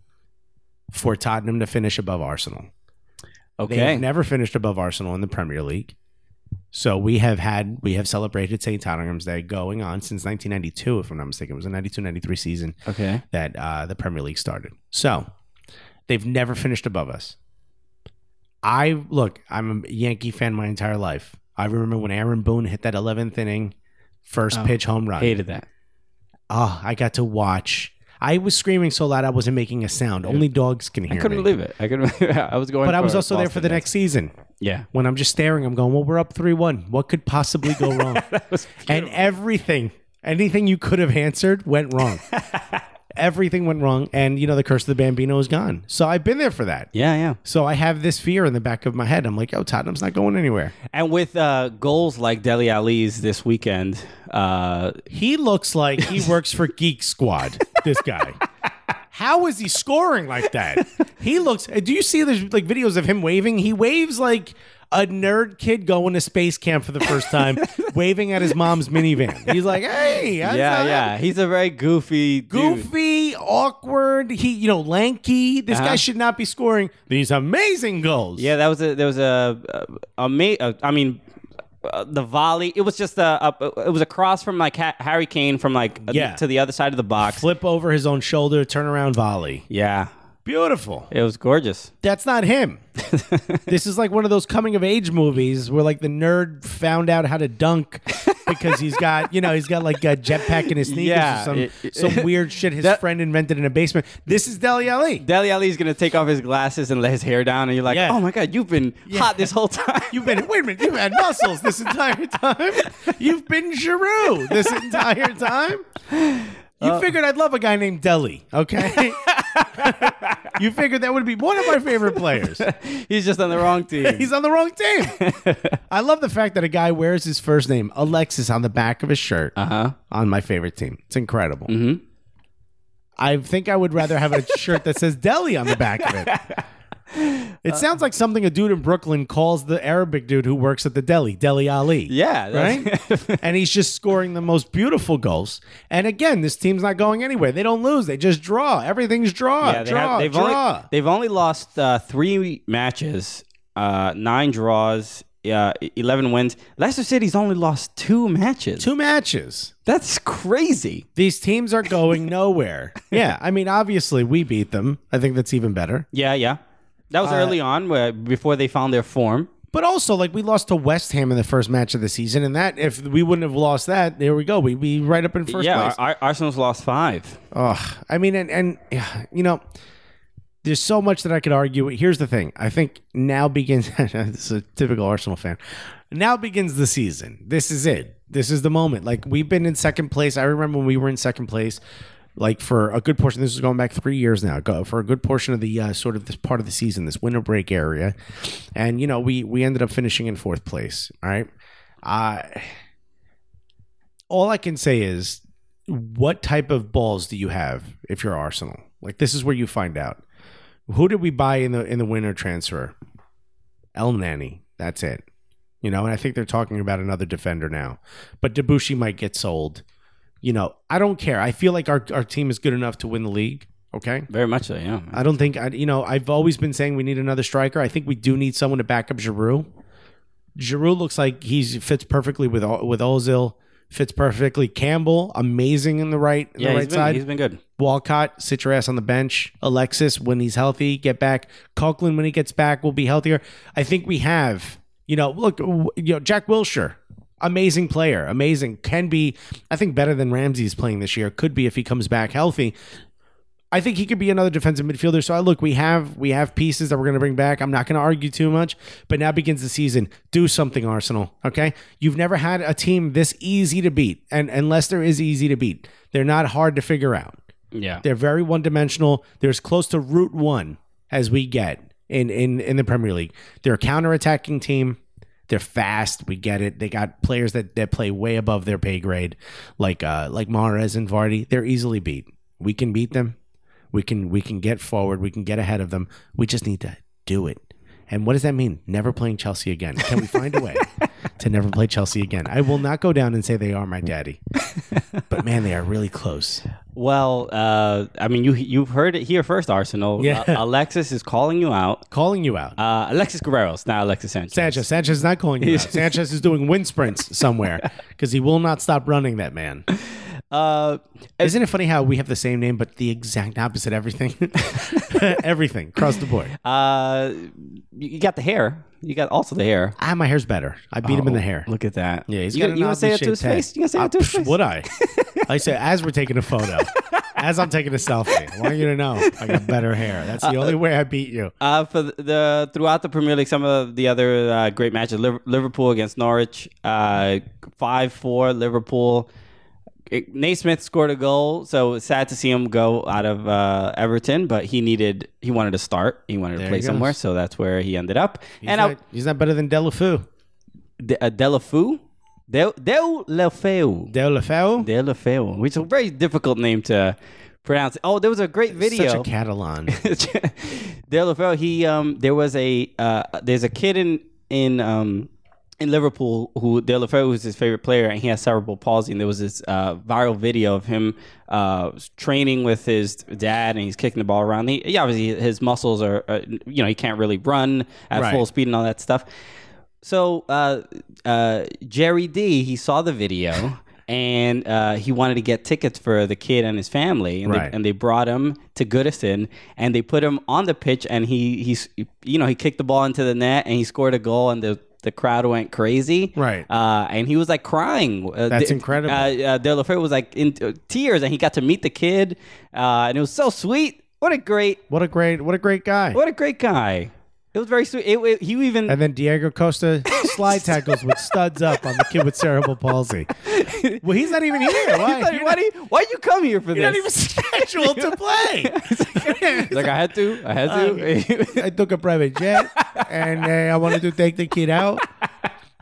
Speaker 1: for Tottenham to finish above Arsenal.
Speaker 2: okay.
Speaker 1: They've never finished above Arsenal in the Premier League. So we have had we have celebrated St. Tottenham's Day going on since 1992, if I'm not mistaken. It was a 92-93 season
Speaker 2: okay.
Speaker 1: that uh, the Premier League started. So they've never finished above us. I look, I'm a Yankee fan my entire life. I remember when Aaron Boone hit that 11th inning first pitch home run.
Speaker 2: Oh, Hated that.
Speaker 1: Oh, I got to watch. I was screaming so loud I wasn't making a sound. Only dogs can hear
Speaker 2: I couldn't
Speaker 1: me.
Speaker 2: believe it. I couldn't. I was going.
Speaker 1: But I was
Speaker 2: for
Speaker 1: also there
Speaker 2: Boston
Speaker 1: for the
Speaker 2: Nets.
Speaker 1: next season.
Speaker 2: Yeah.
Speaker 1: When I'm just staring, I'm going, "Well, we're up three-one. What could possibly go wrong?" and everything, anything you could have answered went wrong. everything went wrong, and you know the curse of the Bambino is gone. So I've been there for that.
Speaker 2: Yeah, yeah.
Speaker 1: So I have this fear in the back of my head. I'm like, "Oh, Tottenham's not going anywhere."
Speaker 2: And with uh, goals like Deli Ali's this weekend, uh,
Speaker 1: He looks like he works for Geek Squad. This guy. How is he scoring like that? He looks. uh, Do you see there's like videos of him waving? He waves like a nerd kid going to space camp for the first time, waving at his mom's minivan. He's like, "Hey, that's
Speaker 2: yeah,
Speaker 1: not-
Speaker 2: yeah, he's a very goofy, dude.
Speaker 1: goofy, awkward. He, you know, lanky. This
Speaker 2: Uh-huh.
Speaker 1: guy should not be scoring these amazing goals."
Speaker 2: Yeah, that was a there was a, a, a ma- uh, I mean, uh, the volley. It was just a, a it was a cross from like ha- Harry Kane from like uh,
Speaker 1: Yeah.
Speaker 2: to the other side of the box.
Speaker 1: flip over his own shoulder, turn around volley.
Speaker 2: Yeah,
Speaker 1: Beautiful.
Speaker 2: It was gorgeous.
Speaker 1: That's not him. this is like one of those coming of age movies where like the nerd found out how to dunk because he's got you know he's got like a jetpack in his sneakers
Speaker 2: Yeah,
Speaker 1: or some
Speaker 2: it- it-
Speaker 1: some weird shit his
Speaker 2: That-
Speaker 1: friend invented in a basement. This is Deli Ali.
Speaker 2: Deli Ali's gonna take off his glasses and let his hair down, and you're like,
Speaker 1: Yeah.
Speaker 2: "Oh my god, you've been hot this whole time."
Speaker 1: You've been wait a minute. You've had muscles this entire time. You've been Giroux this entire time. You
Speaker 2: Uh,
Speaker 1: figured I'd love a guy named Deli, okay? you figured that would be one of my favorite players.
Speaker 2: He's just on the wrong team.
Speaker 1: He's on the wrong team. I love the fact that a guy wears his first name, Alexis, on the back of his shirt
Speaker 2: uh-huh. Mm-hmm.
Speaker 1: on my favorite team. It's incredible. I think I would rather have a shirt that says Delhi on the back of it.
Speaker 2: Uh,
Speaker 1: It sounds like something a dude in Brooklyn calls the Arabic dude who works at the deli, Deli Ali.
Speaker 2: Yeah. that's-
Speaker 1: Right? and he's just scoring the most beautiful goals. And again, this team's not going anywhere. They don't lose. They just draw. Everything's draw.
Speaker 2: yeah, they
Speaker 1: draw.
Speaker 2: have, they've
Speaker 1: draw.
Speaker 2: only they've only lost uh, three matches, uh, nine draws, uh, eleven wins. Leicester City's only lost two matches.
Speaker 1: Two matches.
Speaker 2: That's crazy.
Speaker 1: These teams are going nowhere. yeah. I mean, obviously, we beat them. I think that's even better.
Speaker 2: Yeah, yeah. That was early on, where, before they found their form.
Speaker 1: But also, like we lost to West Ham in the first match of the season, and that if we wouldn't have lost that, there we go, we'd be right up in first
Speaker 2: yeah,
Speaker 1: place.
Speaker 2: Ar- Ar- Arsenal's lost five.
Speaker 1: Ugh. I mean, and and yeah, you know, there's so much that I could argue. Here's the thing: I think now begins. this is a typical Arsenal fan. Now begins the season. This is it. This is the moment. Like we've been in second place. I remember when we were in second place. Like for a good portion, this is going back three years now. Go for a good portion of the uh, sort of this part of the season, this winter break area, and you know we we ended up finishing in fourth place. All right, uh, all I can say is what type of balls do you have if you're Arsenal? Like this is where you find out. Who did we buy in the in the winter transfer? El Nanny. That's it. You know, and I think they're talking about another defender now. But Debushi might get sold. You know, I don't care. I feel like our, our team is good enough to win the league. Okay.
Speaker 2: Very much so. Yeah.
Speaker 1: I don't think I, you know. I've always been saying we need another striker. I think we do need someone to back up Giroud. Giroud looks like he fits perfectly with O- with Ozil. Fits perfectly. Campbell, amazing in the right, in
Speaker 2: yeah,
Speaker 1: the
Speaker 2: he's
Speaker 1: right
Speaker 2: been-
Speaker 1: side.
Speaker 2: he's been good.
Speaker 1: Walcott, sit your ass on the bench. Alexis, when he's healthy, get back. Coughlin, when he gets back, will be healthier. I think we have, you know, look, w- you know, Jack Wilshire, amazing player, amazing, can be, I think, better than Ramsey's playing this year. Could be if he comes back healthy. I think he could be another defensive midfielder. So I look, we have we have pieces that we're going to bring back. I'm not going to argue too much, but now begins the season. Do something, Arsenal. Okay, you've never had a team this easy to beat, and and Leicester is easy to beat. They're not hard to figure out.
Speaker 2: Yeah.
Speaker 1: They're very one dimensional. They're as close to route one as we get in, in, in the Premier League. They're a counterattacking team. They're fast. We get it. They got players that, that play way above their pay grade, like uh, like Mares and Vardy. They're easily beat. We can beat them. We can we can get forward. We can get ahead of them. We just need to do it. And what does that mean? Never playing Chelsea again. Can we find a way to never play Chelsea again? I will not go down and say they are my daddy, but man, they are really close.
Speaker 2: Well, uh, I mean, you you've heard it here first, Arsenal.
Speaker 1: Yeah.
Speaker 2: Uh, Alexis is calling you out.
Speaker 1: Calling you out.
Speaker 2: Uh, Alexis Guerrero's not Alexis Sanchez.
Speaker 1: Sanchez. Sanchez is not calling you out. Sanchez is doing wind sprints somewhere because he will not stop running. That man.
Speaker 2: Uh,
Speaker 1: Isn't it funny how we have the same name but the exact opposite everything? everything across the board.
Speaker 2: uh, you you got the hair. You got also the hair.
Speaker 1: Ah, my hair's better. I beat him in the hair.
Speaker 2: oh, Look at that.
Speaker 1: yeah, he's
Speaker 2: you,
Speaker 1: got
Speaker 2: gonna-
Speaker 1: an
Speaker 2: you gonna say it
Speaker 1: oddly
Speaker 2: to his
Speaker 1: shaped head.
Speaker 2: face? You gonna say
Speaker 1: Ah,
Speaker 2: it to his
Speaker 1: psh,
Speaker 2: face?
Speaker 1: Would I? I say as we're taking a photo, as I'm taking a selfie. I want you to know I got better hair. That's the only way I beat you.
Speaker 2: Uh, for the, the throughout the Premier League, some of the other uh, great matches: Liv- Liverpool against Norwich, uh, five four Liverpool. It- Naismith scored a goal, so it's sad to see him go out of uh, Everton. But he needed, he wanted to start, he wanted
Speaker 1: There
Speaker 2: to
Speaker 1: he
Speaker 2: play
Speaker 1: goes.
Speaker 2: somewhere, so that's where he ended up.
Speaker 1: He's,
Speaker 2: and
Speaker 1: not,
Speaker 2: I,
Speaker 1: he's not better than Delafeu.
Speaker 2: De, uh, Delafeu, Del Del Lefeu,
Speaker 1: Delafeu.
Speaker 2: Del Lefeu, which is a very difficult name to pronounce. Oh, there was a great video.
Speaker 1: Such a Catalan.
Speaker 2: Dale LaFell, he um there was a uh there's a kid in in um in Liverpool who Dale LaFell was his favorite player and he has cerebral palsy and there was this uh viral video of him uh training with his dad and he's kicking the ball around. He yeah, obviously his muscles are uh, you know, he can't really run at
Speaker 1: Right.
Speaker 2: full speed and all that stuff. So uh uh Jerry D, he saw the video and uh, he wanted to get tickets for the kid and his family, and,
Speaker 1: Right.
Speaker 2: they, and they brought him to Goodison, and they put him on the pitch, and he he's you know he kicked the ball into the net, and he scored a goal, and the the crowd went crazy,
Speaker 1: Right.
Speaker 2: Uh, and he was like crying. Uh,
Speaker 1: That's
Speaker 2: the-
Speaker 1: incredible.
Speaker 2: Uh, uh, De La Fere was like in uh, tears, and he got to meet the kid, uh, and it was so sweet. What a great,
Speaker 1: What a great, what a great guy.
Speaker 2: what a great guy. It was very sweet. It, it- he even
Speaker 1: And then Diego Costa slide tackles with studs up on the kid with cerebral palsy. Well, he's not even here. Why?
Speaker 2: He's like,
Speaker 1: You're
Speaker 2: why
Speaker 1: not-
Speaker 2: do you, why'd you come here for
Speaker 1: you're not
Speaker 2: this?
Speaker 1: even scheduled to play.
Speaker 2: He's like I had to, I had to.
Speaker 1: I took a private jet and uh, I wanted to take the kid out.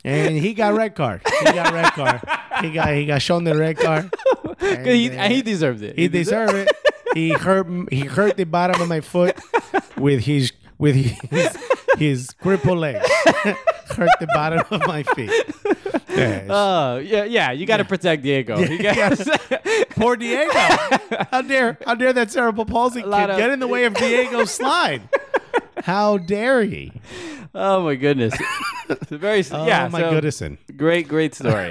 Speaker 1: And he got red card. He got red card. He got he got shown the red card. And,
Speaker 2: he,
Speaker 1: uh,
Speaker 2: and he deserved it.
Speaker 1: he deserved it. He hurt he hurt the bottom of my foot with his with his his crippled leg. hurt the bottom of my feet. Yes.
Speaker 2: Oh yeah, yeah. You got to protect Diego. You gotta-
Speaker 1: Poor Diego. How dare how dare that cerebral palsy kid
Speaker 2: lot of-
Speaker 1: get in the way of Diego's slide? How dare he?
Speaker 2: oh my goodness. It's a very
Speaker 1: Oh
Speaker 2: yeah.
Speaker 1: my
Speaker 2: so, uh,
Speaker 1: goodness.
Speaker 2: Great, great story.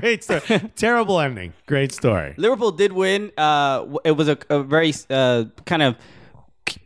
Speaker 1: Great story. Terrible ending. Great story.
Speaker 2: Liverpool did win. Uh, w- it was a, a very uh, kind of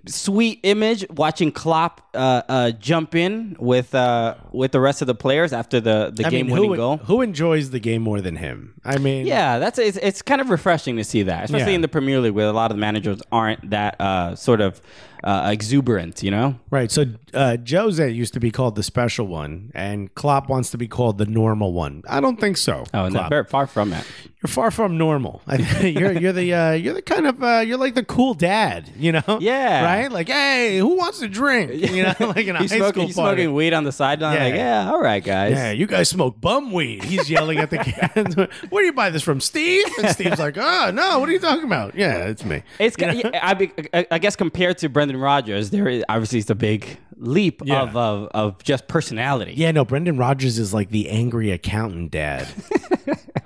Speaker 2: sweet image watching Klopp uh, uh, jump in with uh, with the rest of the players after the the
Speaker 1: I mean,
Speaker 2: game winning
Speaker 1: who,
Speaker 2: goal.
Speaker 1: who enjoys the game more than him? I mean,
Speaker 2: Yeah, that's it's, it's kind of refreshing to see that, especially
Speaker 1: Yeah.
Speaker 2: in the Premier League where a lot of the managers aren't that uh, sort of uh, exuberant, you know?
Speaker 1: Right. So uh, Jose used to be called the special one, and Klopp wants to be called the normal one. I don't think so.
Speaker 2: Oh, and
Speaker 1: Klopp.
Speaker 2: they're far from it.
Speaker 1: you're far from normal. I think you're you're the uh, you're the kind of uh, you're like the cool dad, you know?
Speaker 2: Yeah.
Speaker 1: Right. Like, hey, who wants to drink? You know, like in a
Speaker 2: He's
Speaker 1: high
Speaker 2: smoking,
Speaker 1: school
Speaker 2: he's
Speaker 1: party.
Speaker 2: smoking weed on the sideline.
Speaker 1: Yeah.
Speaker 2: Like, yeah, all right, guys.
Speaker 1: Yeah, you guys smoke bum weed. He's yelling at the kids. Where do you buy this from, Steve? And Steve's like, oh, no, what are you talking about? Yeah, it's me.
Speaker 2: It's yeah, I, be, I- I guess compared to Brendan Rodgers, there is obviously it's a big leap
Speaker 1: Yeah.
Speaker 2: of, of of just personality.
Speaker 1: Yeah, no, Brendan Rogers is like the angry accountant dad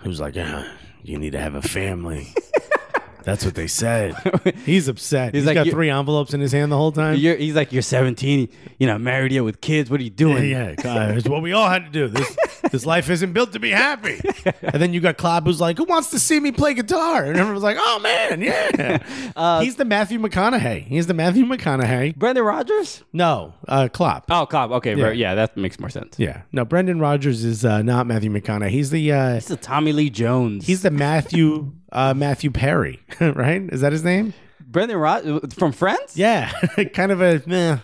Speaker 1: who's like, "Ah, you need to have a family. That's what they said. He's upset. He's
Speaker 2: like,
Speaker 1: got
Speaker 2: "You-
Speaker 1: three envelopes in his hand the whole time.
Speaker 2: You're, he's like, you're 17, you know, married yet with kids. What are you doing?
Speaker 1: Yeah, yeah, it's what we all had to do. This this life isn't built to be happy. And then you got Klopp, who's like, "Who wants to see me play guitar?" And everyone's like, "Oh man, yeah."
Speaker 2: Uh,
Speaker 1: He's the Matthew McConaughey. He's the Matthew McConaughey.
Speaker 2: Brendan Rodgers?
Speaker 1: No, uh, Klopp.
Speaker 2: Oh, Cobb. Okay, yeah.
Speaker 1: Yeah.
Speaker 2: yeah, that makes more sense.
Speaker 1: Yeah, no, Brendan Rogers is uh, not Matthew McConaughey. He's the uh,
Speaker 2: He's a Tommy Lee Jones.
Speaker 1: he's the Matthew uh, Matthew Perry, right? Is that his name?
Speaker 2: Brendan Rod from Friends?
Speaker 1: Yeah, kind of a meh,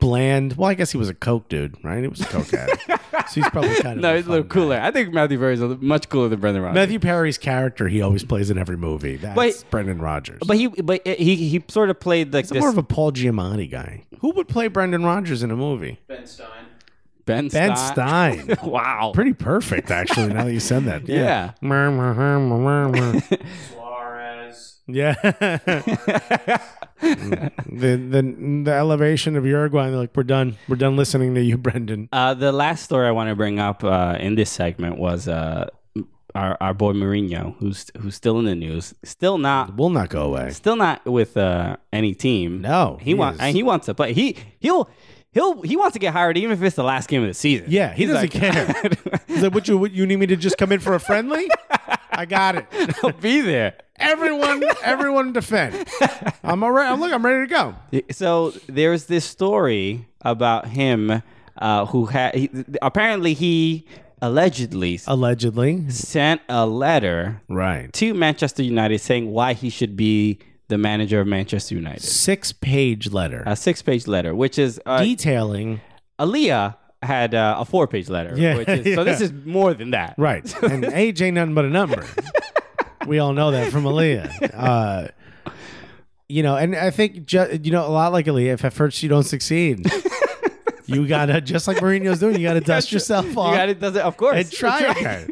Speaker 1: bland. Well, I guess he was a coke dude, right? He was a coke addict, so he's probably kind of
Speaker 2: No, he's a
Speaker 1: fun
Speaker 2: little
Speaker 1: guy.
Speaker 2: cooler. I think Matthew Perry's a li- much cooler than Brendan Rodgers.
Speaker 1: Matthew Perry's character he always plays in every movie. That's
Speaker 2: But-
Speaker 1: Brendan Rogers.
Speaker 2: but he, but he, he sort of played like
Speaker 1: he's
Speaker 2: this
Speaker 1: more of a Paul Giamatti guy. Who would play Brendan Rogers in a movie?
Speaker 2: Ben,
Speaker 1: Ben
Speaker 2: Stein.
Speaker 1: Stein.
Speaker 2: Wow.
Speaker 1: Pretty perfect, actually. Now that you said that,
Speaker 2: Yeah.
Speaker 1: yeah. Yeah. the, the the elevation of Uruguay. They're like, we're done. We're done listening to you, Brendan.
Speaker 2: Uh, the last story I want to bring up uh, in this segment was uh, our our boy Mourinho, who's who's still in the news, still not
Speaker 1: We'll not go away.
Speaker 2: still not with uh, any team.
Speaker 1: No,
Speaker 2: he,
Speaker 1: he
Speaker 2: wants
Speaker 1: is-
Speaker 2: and he wants to play. He he'll. He'll, he wants to get hired even if it's the last game of the season.
Speaker 1: Yeah, he
Speaker 2: He's
Speaker 1: doesn't care. He's like, what you what, you need me to just come in for a friendly? I got it.
Speaker 2: I'll be there.
Speaker 1: Everyone, everyone defend. I'm all right. I'm look. I'm ready to go.
Speaker 2: So there's this story about him uh, who had he, apparently he allegedly
Speaker 1: Allegedly,
Speaker 2: sent a letter
Speaker 1: right?
Speaker 2: to Manchester United saying why he should be the manager of Manchester United.
Speaker 1: Six page letter
Speaker 2: A six-page letter, which is uh,
Speaker 1: detailing
Speaker 2: Aaliyah had uh, a four-page letter.
Speaker 1: Yeah,
Speaker 2: which is, So this
Speaker 1: yeah.
Speaker 2: is more than that.
Speaker 1: right, and age ain't nothing but a number. we all know that from Aaliyah. Uh, you know, and I think ju- you know a lot like Aaliyah. If at first you don't succeed, you gotta just like Mourinho's doing. You gotta dust yourself
Speaker 2: You
Speaker 1: off.
Speaker 2: got it. Does it? Of course.
Speaker 1: and try again.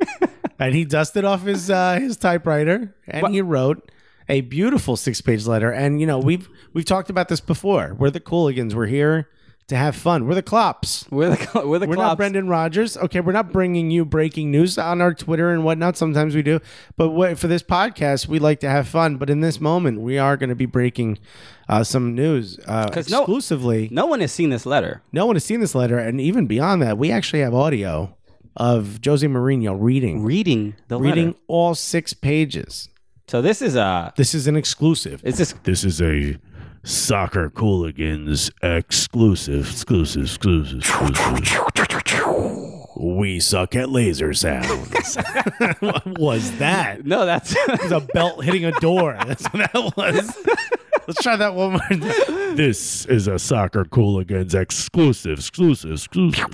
Speaker 1: and he dusted off his uh, his typewriter and he wrote a beautiful six page letter. And you know we've we've talked about this before. We're the Cooligans. We're here to have fun. We're the Klops.
Speaker 2: We're the we're the
Speaker 1: We're
Speaker 2: Klopps.
Speaker 1: not Brendan Rogers. Okay, we're not bringing you breaking news on our Twitter and whatnot. Sometimes we do, but what, for this podcast, we like to have fun. But in this moment, we are going to be breaking uh, some news uh,
Speaker 2: 'Cause no-
Speaker 1: exclusively.
Speaker 2: No one has seen this letter.
Speaker 1: No one has seen this letter, and even beyond that, we actually have audio of Jose Mourinho reading,
Speaker 2: Reading the
Speaker 1: reading
Speaker 2: letter.
Speaker 1: all six pages.
Speaker 2: So this is uh
Speaker 1: This is an exclusive.
Speaker 2: it's just
Speaker 6: This is a soccer cooligans exclusive, exclusive, exclusive. exclusive. We suck at laser sounds. what was that? It
Speaker 2: no that's
Speaker 1: was a belt hitting a door. That's what that was. Let's try that one more time.
Speaker 6: This is a soccer cooligans exclusive, exclusive, exclusive.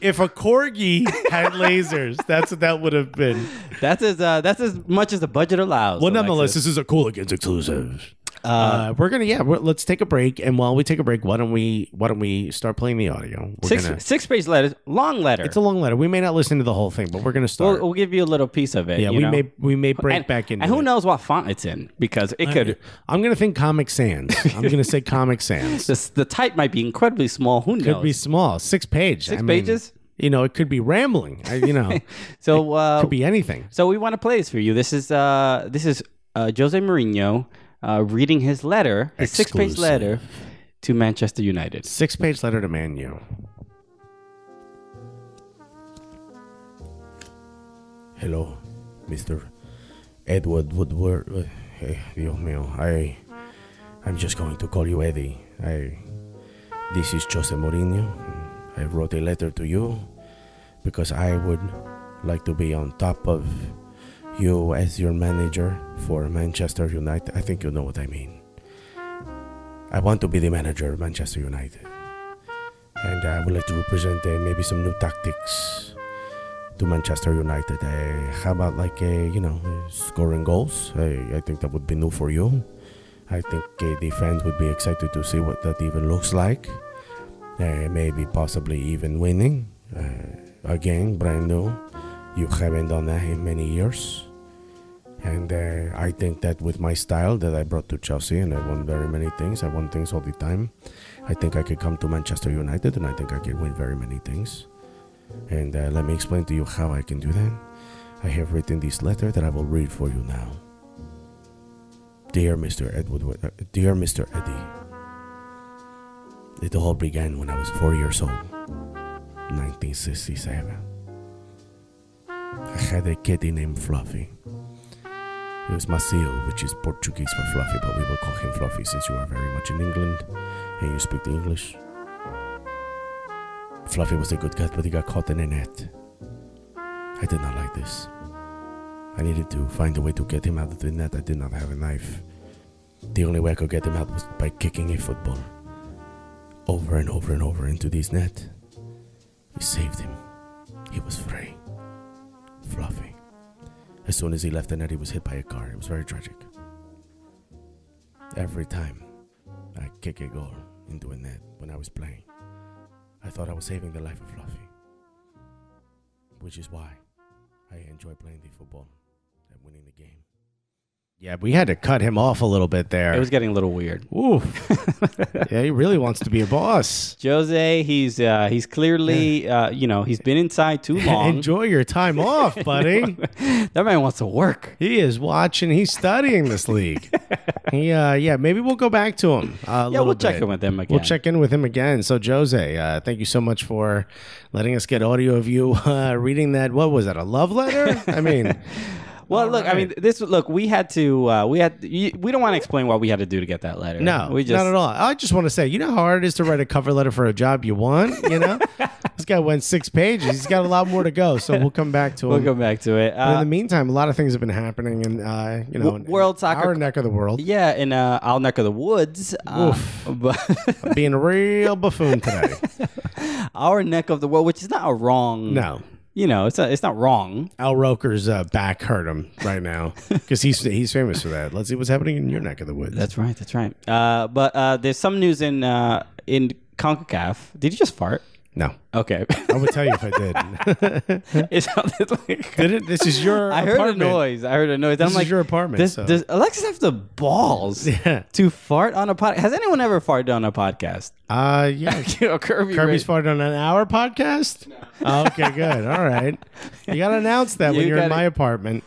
Speaker 1: If a corgi had lasers, that's what that would have been.
Speaker 2: that's as uh that's as much as the budget allows.
Speaker 6: Well,
Speaker 2: Alexis.
Speaker 6: nonetheless, this is a cooligans exclusive.
Speaker 1: Uh, we're gonna yeah. We're, let's take a break, and while we take a break, why don't we why don't we start playing the audio? We're
Speaker 2: 6
Speaker 1: gonna-
Speaker 2: six page letters, long letter.
Speaker 1: it's a long letter. We may not listen to the whole thing, but we're gonna
Speaker 2: we'll,
Speaker 1: start.
Speaker 2: we'll give you a little piece of it.
Speaker 1: yeah,
Speaker 2: you
Speaker 1: we
Speaker 2: know?
Speaker 1: may we may break
Speaker 2: and,
Speaker 1: back in.
Speaker 2: And who knows what font it's in because it could
Speaker 1: I'm gonna think Comic Sans. I'm gonna say Comic Sans.
Speaker 2: this, the type might be incredibly small. Who knows?
Speaker 1: could be small, six page.
Speaker 2: Six
Speaker 1: I mean,
Speaker 2: pages?
Speaker 1: You know, it could be rambling. I, you know,
Speaker 2: so uh,
Speaker 1: could be anything.
Speaker 2: So we want to play this for you. This is uh, this is uh, Jose Mourinho uh, reading his letter, his six-page
Speaker 6: Exclusive.
Speaker 2: letter to Manchester United.
Speaker 1: Six page letter to Man U.
Speaker 7: Hello, Mr. Edward Woodward. uh, eh, Dios mío, I, I'm just going to call you Eddie. I, this is Jose Mourinho. I wrote a letter to you because I would like to be on top of you as your manager for Manchester United. I think you know what I mean. I want to be the manager of Manchester United. And I would like to represent uh, maybe some new tactics to Manchester United. Uh, how about like uh, you know uh, scoring goals? I, I think that would be new for you. I think uh, the fans would be excited to see what that even looks like. Uh, maybe possibly even winning uh, again, brand new. You haven't done that in many years. And uh, I think that with my style that I brought to Chelsea, and I won very many things, I won things all the time. I think I could come to Manchester United, and I think I could win very many things. And uh, let me explain to you how I can do that. I have written this letter that I will read for you now. Dear Mr. Edward, uh, dear Mr. Eddie, it all began when I was four years old, 1967. I had a kitty named Fluffy. It was Macio, which is Portuguese for Fluffy, but we will call him Fluffy since you are very much in England and you speak the English. Fluffy was a good cat, but he got caught in a net. I did not like this. I needed to find a way to get him out of the net. I did not have a knife. The only way I could get him out was by kicking a football over and over and over into this net. We saved him. He was free. Fluffy. As soon as he left the net, he was hit by a car. It was very tragic. Every time I kick a goal into a net when I was playing, I thought I was saving the life of Fluffy. Which is why I enjoy playing the football and winning the game.
Speaker 1: Yeah, we had to cut him off a little bit there.
Speaker 2: It was getting a little weird.
Speaker 1: Ooh. yeah, he really wants to be a boss.
Speaker 2: Jose, he's uh, he's clearly uh, you know he's been inside too long.
Speaker 1: Enjoy your time off, buddy.
Speaker 2: that man wants to work.
Speaker 1: he is watching. He's studying this league. he, uh, yeah, maybe we'll go back to him. Uh,
Speaker 2: Yeah, we'll check in with him again.
Speaker 1: We'll check in with him again. So, Jose, uh, thank you so much for letting us get audio of you uh, reading that. What was that? A love letter? I mean,
Speaker 2: Well, look, I mean, this look, we had to, uh, we had, you- we don't want to explain what we had to do to get that letter.
Speaker 1: no,
Speaker 2: we
Speaker 1: not at all. I just want to say, you know how hard it is to write a cover letter for a job you want. You know, this guy went six pages. He's got a lot more to go. So we'll come back to
Speaker 2: We'll
Speaker 1: him.
Speaker 2: go back to it.
Speaker 1: But in
Speaker 2: Uh,
Speaker 1: the meantime, a lot of things have been happening, in uh, you know,
Speaker 2: W- world soccer-
Speaker 1: our neck of the world,
Speaker 2: yeah, in uh, our neck of the woods. Uh, but
Speaker 1: being a real buffoon today.
Speaker 2: our neck of the world, which is not a wrong.
Speaker 1: No,
Speaker 2: you know, it's not, it's not wrong.
Speaker 1: Al Roker's uh, back hurt him right now because he's he's famous for that. Let's see what's happening in your neck of the woods.
Speaker 2: That's right. That's right. Uh, but uh, there's some news in uh, in Concacaf. Did you just fart?
Speaker 1: no,
Speaker 2: Okay.
Speaker 1: I would tell you if I did.
Speaker 2: it sounded like.
Speaker 1: did it? This is your.
Speaker 2: I heard
Speaker 1: apartment.
Speaker 2: a noise. I heard a noise. I'm
Speaker 1: is
Speaker 2: like
Speaker 1: your apartment,
Speaker 2: Does,
Speaker 1: so-
Speaker 2: does Alexis have the balls
Speaker 1: Yeah.
Speaker 2: to fart on a podcast? Has anyone ever farted on a podcast?
Speaker 1: Uh, yeah.
Speaker 2: Kirby
Speaker 1: Kirby's
Speaker 2: Ra-
Speaker 1: farted on an hour Oh, podcast. No. okay, good. All right, you gotta announce that when
Speaker 2: You
Speaker 1: you're in
Speaker 2: gotta-
Speaker 1: my apartment.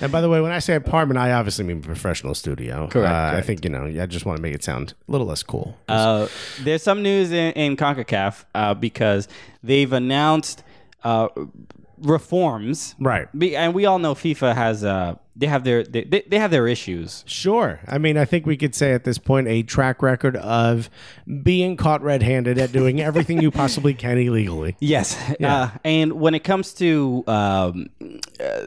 Speaker 1: And by the way, when I say apartment, I obviously mean professional studio.
Speaker 2: Correct,
Speaker 1: Uh, I
Speaker 2: correct.
Speaker 1: think you know. I just want to make it sound a little less cool.
Speaker 2: Uh, there's some news in, in CONCACAF uh, because they've announced uh, reforms.
Speaker 1: Right.
Speaker 2: Be, and we all know FIFA has uh, they have their they, they they have their issues.
Speaker 1: Sure. I mean, I think we could say at this point a track record of being caught red-handed at doing everything you possibly can illegally.
Speaker 2: Yes. Uh, and when it comes to um, uh,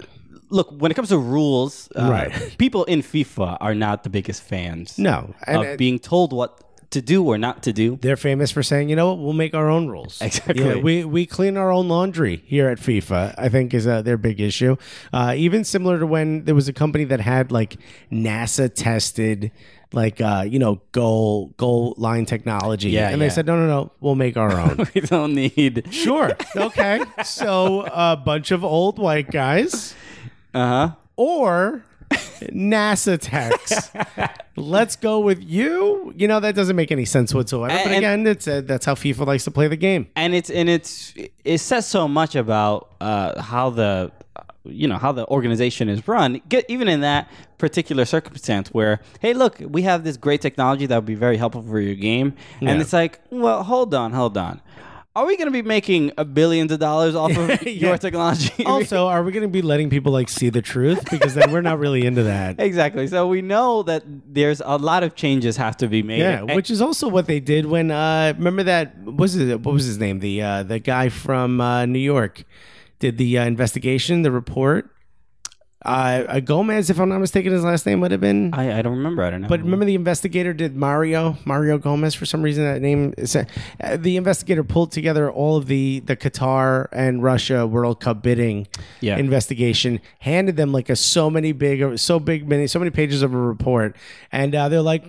Speaker 2: look, when it comes to rules, uh,
Speaker 1: Right.
Speaker 2: people in FIFA are not the biggest fans.
Speaker 1: No,
Speaker 2: Of
Speaker 1: and uh,
Speaker 2: being told what to do or not to do.
Speaker 1: they're famous for saying, you know what, we'll make our own rules.
Speaker 2: Exactly.
Speaker 1: Yeah, we we clean our own laundry here at FIFA. I think is uh, their big issue. Uh, even similar to when there was a company that had like NASA tested. Like uh, you know, goal goal line technology,
Speaker 2: Yeah,
Speaker 1: and
Speaker 2: yeah.
Speaker 1: they said, no, no, no, we'll make our own.
Speaker 2: We don't need.
Speaker 1: Sure. Okay. so a bunch of old white guys.
Speaker 2: Uh huh.
Speaker 1: or NASA techs. Let's go with you. You know that doesn't make any sense whatsoever.
Speaker 2: And-
Speaker 1: but again, it's uh that's how FIFA likes to play the game.
Speaker 2: and it's and it's it says so much about uh, how the you know how the organization is run Get, even in that particular circumstance where hey look we have this great technology that would be very helpful for your game and it's like well hold on hold on are we going to be making a billions of dollars off of your technology
Speaker 1: Also, are we going to be letting people like see the truth? Because then we're not really into that.
Speaker 2: exactly so we know that there's a lot of changes have to be made
Speaker 1: Yeah,
Speaker 2: And-
Speaker 1: which is also what they did when uh remember that what was it what was his name the uh the guy from uh, New York did the uh, investigation the report uh, uh Gomez if I'm not mistaken his last name would have been
Speaker 2: I, I don't remember i don't know
Speaker 1: But remember, the investigator did Mario Mario Gomez for some reason. That name, is- uh, the investigator pulled together all of the the Qatar and Russia World Cup bidding
Speaker 2: Yeah.
Speaker 1: investigation, handed them like a so many big, so big many, so many pages of a report, and uh, they're like.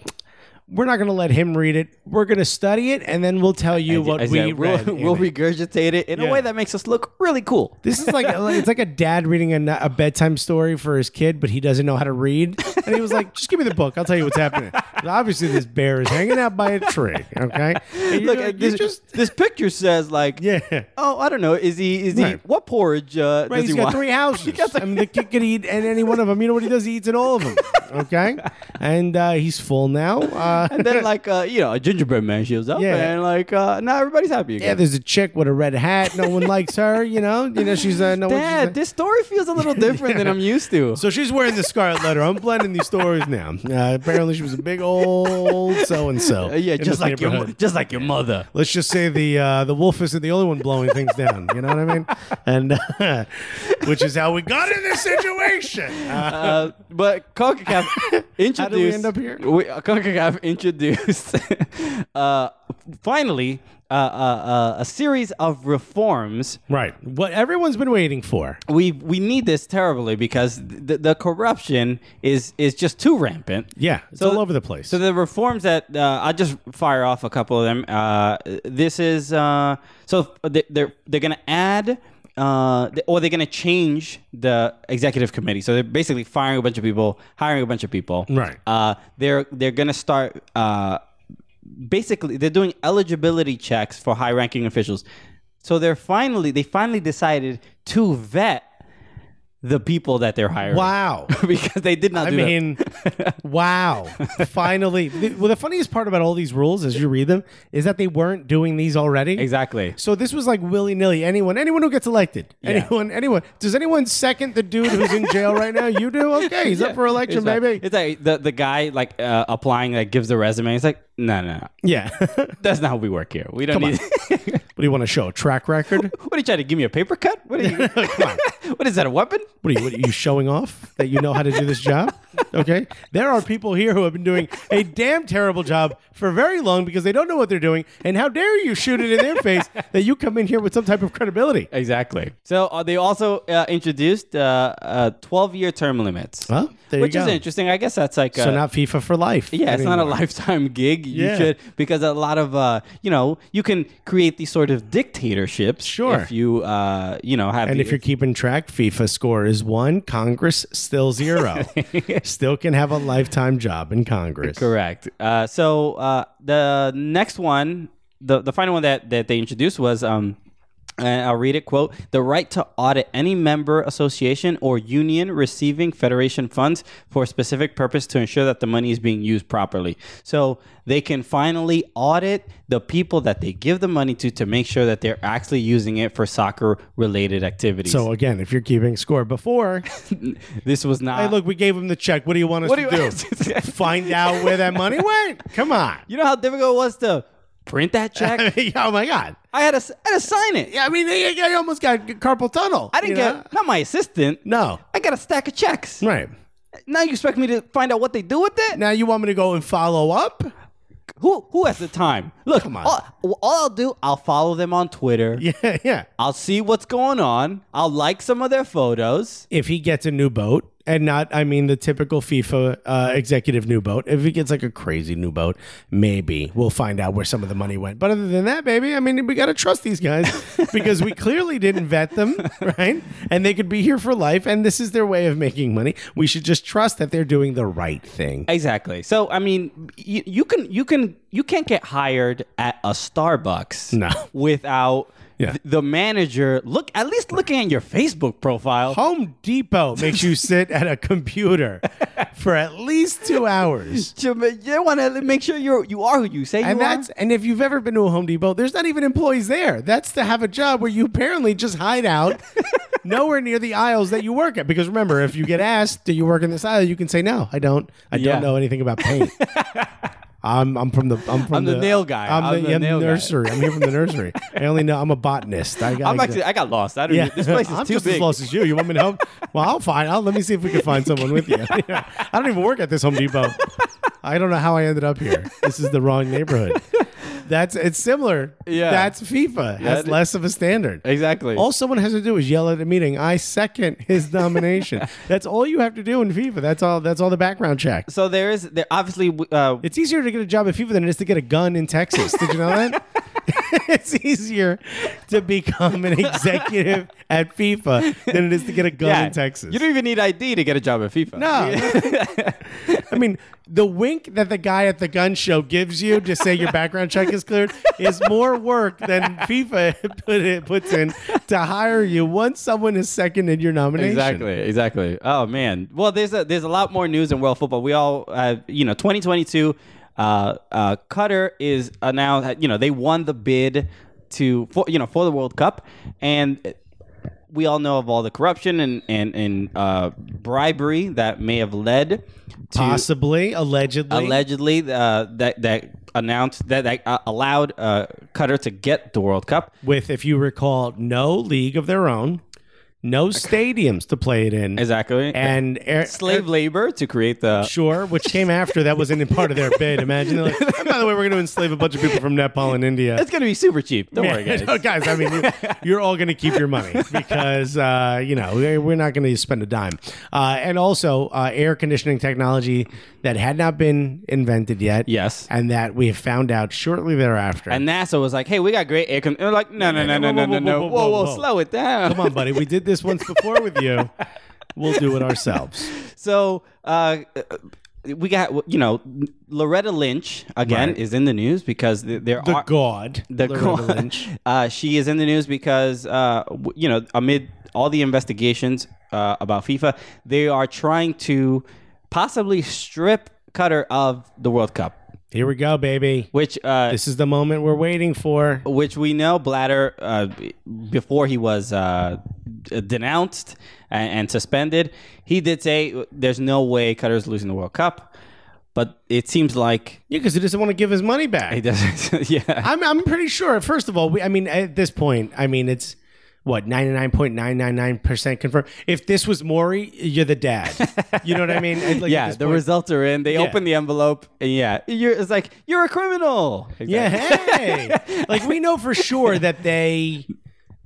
Speaker 1: We're not going to let him read it. We're going to study it, and then we'll tell you what
Speaker 2: I
Speaker 1: we
Speaker 2: said, we'll,
Speaker 1: read. in
Speaker 2: we'll
Speaker 1: it."
Speaker 2: regurgitate it in a
Speaker 1: Yeah.
Speaker 2: way that makes us look really cool
Speaker 1: This is like it's like a dad reading a, a bedtime story for his kid, but he doesn't know how to read. And he was like, "Just give me the book. I'll tell you what's happening." But obviously, this bear is hanging out by a tree. Okay, And you're
Speaker 2: Look,
Speaker 1: like,
Speaker 2: this,
Speaker 1: you just
Speaker 2: this picture says like,
Speaker 1: Yeah.
Speaker 2: Oh, I don't know. Is he? Is he?
Speaker 1: Right.
Speaker 2: What porridge uh,
Speaker 1: right,
Speaker 2: does
Speaker 1: he's
Speaker 2: he
Speaker 1: got
Speaker 2: want?
Speaker 1: three houses. I mean, the kid could eat in any one of them. You know what he does? He eats in all of them. Okay, and uh, he's full now. Uh,
Speaker 2: and then like, uh, you know, a gingerbread man shows up,
Speaker 1: Yeah.
Speaker 2: and like, uh, now everybody's happy
Speaker 1: yeah,
Speaker 2: again.
Speaker 1: there's a chick with a red hat. No one likes her. You know, you know she's uh, no one. she's
Speaker 2: Dad,
Speaker 1: not-
Speaker 2: this story feels a little different than I'm used to.
Speaker 1: So she's wearing the scarlet letter. I'm blending these stories now. Uh, apparently, she was a big old so and so.
Speaker 2: Uh, yeah, just like your, mo- just like your mother.
Speaker 1: Let's just say the uh, the wolf isn't the only one blowing things down. You know what I mean? And uh, which is how we got in this situation. Uh,
Speaker 2: Uh, but CONCACAF introduced.
Speaker 1: How did we end up here?
Speaker 2: We, uh, CONCACAF introduced uh, finally uh, uh, uh, a series of reforms
Speaker 1: right. What everyone's been waiting for.
Speaker 2: we we need this terribly because the, the corruption is is just too rampant.
Speaker 1: Yeah, it's all over the place.
Speaker 2: So the reforms that uh, I'll just fire off a couple of them. Uh, this is uh, so they- they're they're going to add. Uh, th- or they're going to change the executive committee, so they're basically firing a bunch of people, hiring a bunch of people.
Speaker 1: Right.
Speaker 2: Uh, they're they're going to start uh, basically they're doing eligibility checks for high ranking officials. So they're finally they finally decided to vet the people that they're hiring.
Speaker 1: Wow.
Speaker 2: because they did not
Speaker 1: I
Speaker 2: do
Speaker 1: mean, wow. Finally. The- Well, the funniest part about all these rules as you read them is that they weren't doing these already.
Speaker 2: that. Exactly.
Speaker 1: So this was like willy nilly. Anyone, anyone who gets elected, anyone, anyone. Does anyone second the dude who's in jail right now? You do. Okay, he's up for election,
Speaker 2: It's like,
Speaker 1: baby.
Speaker 2: It's like the, the guy like uh, applying like gives the resume. It's like, no, no, no.
Speaker 1: yeah. what
Speaker 2: That's not how we work here. We don't need
Speaker 1: do you want to show? A track record?
Speaker 2: What are you trying to give me a paper cut? What are you What is that, a weapon?
Speaker 1: What are you? What are you showing off that you know how to do this job? Okay. There are people here who have been doing a damn terrible job for very long because they don't know what they're doing. And how dare you shoot it in their face that you come in here with some type of credibility?
Speaker 2: Exactly. So uh, they also uh, introduced uh, uh, 12-year term limits.
Speaker 1: Huh? There you
Speaker 2: which is
Speaker 1: go.
Speaker 2: interesting. I guess that's like
Speaker 1: So
Speaker 2: uh,
Speaker 1: not FIFA for life.
Speaker 2: Yeah, it's not a
Speaker 1: anymore.
Speaker 2: lifetime gig. You
Speaker 1: Yeah.
Speaker 2: should because a lot of uh, you know, you can create these sort of dictatorships.
Speaker 1: Sure.
Speaker 2: If you uh, you know, have
Speaker 1: And
Speaker 2: the-
Speaker 1: if you're keeping track, FIFA score is one, Congress still zero. still can have a lifetime job in Congress.
Speaker 2: correct. Uh, so uh, the next one, the the final one that that they introduced was um, and I'll read it quote the right to audit any member association or union receiving federation funds for a specific purpose to ensure that the money is being used properly so they can finally audit the people that they give the money to to make sure that they're actually using it for soccer related activities
Speaker 1: So again, if you're keeping score before,
Speaker 2: this was not
Speaker 1: hey, look, we gave him the check. What do you want us
Speaker 2: What do
Speaker 1: to
Speaker 2: you-
Speaker 1: do? Find out where that money went. Come on.
Speaker 2: you know how difficult it was to print that check
Speaker 1: oh my god.
Speaker 2: I had to s- I had to sign it
Speaker 1: Yeah, I mean, I I almost got carpal tunnel.
Speaker 2: I didn't
Speaker 1: you
Speaker 2: get
Speaker 1: know?
Speaker 2: not my assistant
Speaker 1: no.
Speaker 2: I got a stack of checks
Speaker 1: Right
Speaker 2: now you expect me to find out what they do with it
Speaker 1: now, you want me to go and follow up?
Speaker 2: Who who has the time? Look,
Speaker 1: Come on.
Speaker 2: All, all I'll do, I'll follow them on Twitter.
Speaker 1: Yeah, yeah.
Speaker 2: I'll see what's going on. I'll like some of their photos.
Speaker 1: If he gets a new boat, and not, I mean, the typical FIFA uh, executive new boat. If he gets like a crazy new boat, maybe we'll find out where some of the money went. But other than that, baby, I mean, we got to trust these guys because we clearly didn't vet them, right? And they could be here for life, and this is their way of making money. We should just trust that they're doing the right thing.
Speaker 2: Exactly. So I mean, you, you can you can you can't get hired at a Starbucks
Speaker 1: No.
Speaker 2: without
Speaker 1: Yeah.
Speaker 2: th- the manager look at least looking at your Facebook profile.
Speaker 1: Home Depot makes you sit at a computer for at least two hours.
Speaker 2: You want to make sure you you are who you say
Speaker 1: And
Speaker 2: you are.
Speaker 1: that's and if you've ever been to a Home Depot, there's not even employees there. That's to have a job where you apparently just hide out nowhere near the aisles that you work at. Because remember, if you get asked, do you work in this aisle, you can say no, I don't. I
Speaker 2: Yeah.
Speaker 1: don't know anything about paint. I'm I'm from the I'm from
Speaker 2: I'm the nail guy.
Speaker 1: I'm,
Speaker 2: I'm
Speaker 1: the,
Speaker 2: the
Speaker 1: yeah, I'm the
Speaker 2: nail guy.
Speaker 1: nursery. I'm here from the nursery. I only know I'm a botanist. I,
Speaker 2: I'm
Speaker 1: I-
Speaker 2: actually I got lost. I don't. This place is
Speaker 1: I'm
Speaker 2: too
Speaker 1: just
Speaker 2: big.
Speaker 1: as lost as you. You want me to help? Well, I'll find. I'll let me see if we can find someone with you. Yeah. I don't even work at this Home Depot. I don't know how I ended up here. This is the wrong neighborhood. That's it's similar.
Speaker 2: Yeah.
Speaker 1: that's FIFA. That's
Speaker 2: Yeah.
Speaker 1: less of a standard.
Speaker 2: Exactly.
Speaker 1: All someone has to do is yell at a meeting. I second his nomination. that's all you have to do in FIFA. That's all. That's all the background check.
Speaker 2: so there is there obviously uh,
Speaker 1: It's easier to get a job at FIFA than it is to get a gun in Texas. Did you know that? it's easier to become an executive at FIFA than it is to get a gun in Texas.
Speaker 2: You don't even need ID to get a job at FIFA.
Speaker 1: no. I mean, the wink that the guy at the gun show gives you to say your background check is cleared is more work than FIFA put it, puts in to hire you once someone has seconded your nomination.
Speaker 2: Exactly, exactly. Oh man. Well, there's a there's a lot more news in world football. We all, uh, you know, 2022. Uh, uh, Qatar is uh, now, you know, they won the bid to for you know for the World Cup, and we all know of all the corruption and and and uh, bribery that may have led to
Speaker 1: Possibly, allegedly.
Speaker 2: allegedly uh, that that announced that that uh, allowed uh, Qatar to get the World Cup.
Speaker 1: with, if you recall, no league of their own, no stadiums to play it in,
Speaker 2: Exactly.
Speaker 1: and air,
Speaker 2: slave labor to create the
Speaker 1: Sure, which came after that wasn't in part of their bid. Imagine they're like, "And by the way, we're going to enslave a bunch of people from Nepal and India.
Speaker 2: It's gonna be super cheap. Don't worry, guys.
Speaker 1: No, guys, I mean, you- you're all going to keep your money because, uh, you know, we- we're not going to spend a dime. Uh, and also, uh, air conditioning technology that had not been invented yet.
Speaker 2: Yes.
Speaker 1: And that we have found out shortly thereafter.
Speaker 2: And NASA was like, "Hey, we got great air." Con-. They're like, "No, no, no, no, no, no, no. Whoa, whoa, slow it down."
Speaker 1: Come on, buddy. We did this once before with you. We'll do it ourselves.
Speaker 2: So, uh, we got you know Loretta Lynch again
Speaker 1: Right.
Speaker 2: is in the news because th- there
Speaker 1: The
Speaker 2: are
Speaker 1: God.
Speaker 2: the
Speaker 1: Loretta
Speaker 2: co-
Speaker 1: Lynch.
Speaker 2: uh, she is in the news because uh, w- you know amid all the investigations uh, about FIFA, they are trying to possibly strip Qatar of the World Cup,
Speaker 1: Here we go, baby.
Speaker 2: which uh,
Speaker 1: This is the moment we're waiting for.
Speaker 2: which we know Blatter uh, b- before he was uh, d- denounced and, and suspended, he did say there's no way Cutter's losing the World Cup, but it seems like
Speaker 1: Yeah, because he doesn't want to give his money back.
Speaker 2: he doesn't. yeah,
Speaker 1: I'm I'm pretty sure. First of all, we, I mean, at this point, I mean, it's what 99.999% confirmed. If this was Maury, you're the dad. You know what I mean? Like, at
Speaker 2: yeah.
Speaker 1: this
Speaker 2: The
Speaker 1: point-
Speaker 2: results are in. They open the envelope, and yeah, you're, it's like you're a criminal.
Speaker 1: Yeah,
Speaker 2: Exactly.
Speaker 1: hey. like we know for sure that they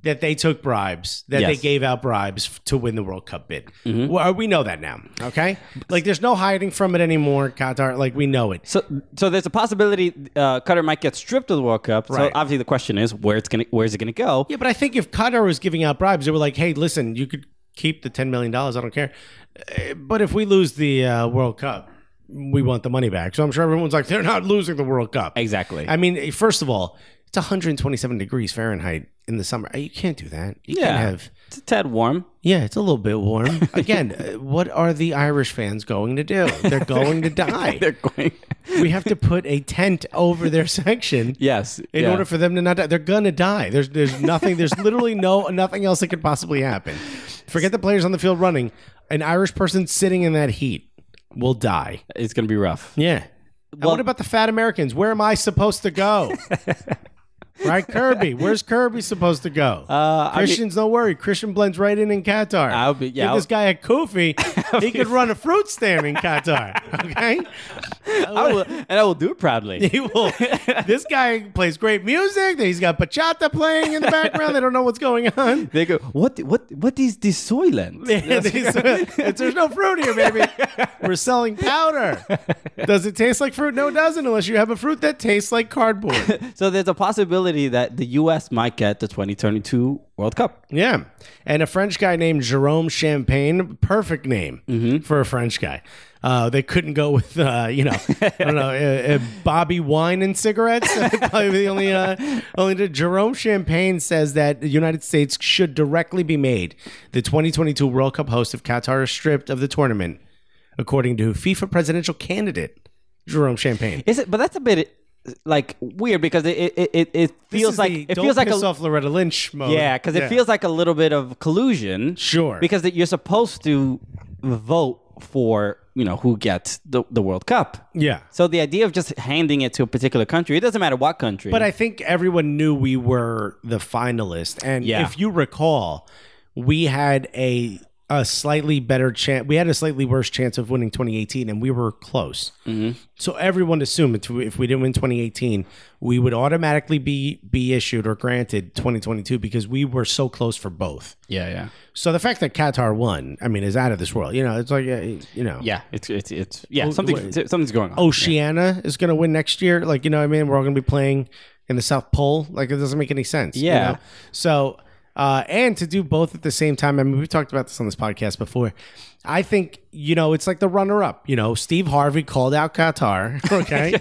Speaker 1: that they took bribes, that they
Speaker 2: Yes. Mm-hmm.
Speaker 1: gave out bribes f- to win the World Cup bid. Well, we know that now. Okay, like there's no hiding from it anymore, Qatar. Like we know it.
Speaker 2: So, so there's a possibility uh, Cutter might get stripped of the World Cup.
Speaker 1: Right.
Speaker 2: So obviously the question is where it's gonna where's it gonna go?
Speaker 1: Yeah, but I think if Qatar was giving out bribes, they were like, "Hey, listen, you could keep the ten million dollars. I don't care. Uh, But if we lose the uh, World Cup, we want the money back." So I'm sure everyone's like, "They're not losing the World Cup."
Speaker 2: Exactly.
Speaker 1: I mean, eh, first of all, It's 127 degrees Fahrenheit in the summer. Eh, You can't do that. You
Speaker 2: Yeah.
Speaker 1: can't have.
Speaker 2: It's a tad warm.
Speaker 1: Yeah, it's a little bit warm. Again, uh, what are the Irish fans going to do? They're going to die.
Speaker 2: They're going.
Speaker 1: we have to put a tent over their section.
Speaker 2: yes.
Speaker 1: In
Speaker 2: yeah.
Speaker 1: order for them to not die, they're gonna die. There's there's nothing. There's literally no nothing else that could possibly happen. Forget the players on the field running. An Irish person sitting in that heat will die.
Speaker 2: it's gonna be rough.
Speaker 1: Yeah. And
Speaker 2: Well-
Speaker 1: what about the fat Americans? Where am I supposed to go? right, Kirby. Where's Kirby supposed to go? Uh, Christians, don't worry. Christian blends right in in Qatar.
Speaker 2: I'll be- yeah,
Speaker 1: Give
Speaker 2: I'll-
Speaker 1: this guy a kofi. he could run a fruit stand in Qatar. Okay.
Speaker 2: I will, and I will do it proudly.
Speaker 1: He will. This guy plays great music. He's got bachata playing in the background. They don't know what's going on.
Speaker 2: They go, what, what, what is this soylent?
Speaker 1: It's- uh, there's no fruit here, baby. We're selling powder. Does it taste like fruit? No, it doesn't, unless you have a fruit that tastes like cardboard.
Speaker 2: So there's a possibility that the U.S. might get the 2022 World Cup.
Speaker 1: Yeah. And a French guy named Jerome Champagne, perfect name
Speaker 2: Mm-hmm.
Speaker 1: for a French guy. Uh, they couldn't go with, uh, you know, I don't know, uh, uh, Bobby Wine and cigarettes. Probably the only, uh, only did. Jerome Champagne says that the United States should directly be made the 2022 World Cup host if Qatar is stripped of the tournament, according to FIFA presidential candidate Jerome Champagne.
Speaker 2: Is it? But that's a bit like weird because it it, it, it
Speaker 1: This
Speaker 2: feels
Speaker 1: is
Speaker 2: like
Speaker 1: the
Speaker 2: it
Speaker 1: don't
Speaker 2: feels like
Speaker 1: piss
Speaker 2: a
Speaker 1: off Loretta Lynch mode.
Speaker 2: yeah because it feels like a little bit of collusion.
Speaker 1: Sure.
Speaker 2: Because that you're supposed to vote for you know who gets the the World Cup.
Speaker 1: yeah.
Speaker 2: So the idea of just handing it to a particular country, it doesn't matter what country.
Speaker 1: But I think everyone knew we were the finalist, and
Speaker 2: Yeah.
Speaker 1: if you recall, we had a a slightly better chance. We had a slightly worse chance of winning 2018, and we were close.
Speaker 2: Mm-hmm.
Speaker 1: So everyone assumed if we- if we didn't win 2018, we would automatically be be issued or granted 2022 because we were so close for both.
Speaker 2: yeah yeah
Speaker 1: So the fact that Qatar won, I mean, is out of this world. You know, it's like uh, you know,
Speaker 2: yeah it's it's it's yeah something something's going
Speaker 1: Oh,
Speaker 2: on.
Speaker 1: Oceania is going to win next year. Like, you know what I mean? We're all going to be playing in the South Pole. Like, it doesn't make any sense. you
Speaker 2: Yeah.
Speaker 1: know? So, uh, and to do both at the same time. I mean, we've talked about this on this podcast before. I think, you know, it's like the runner up. You know, Steve Harvey called out Qatar. Okay.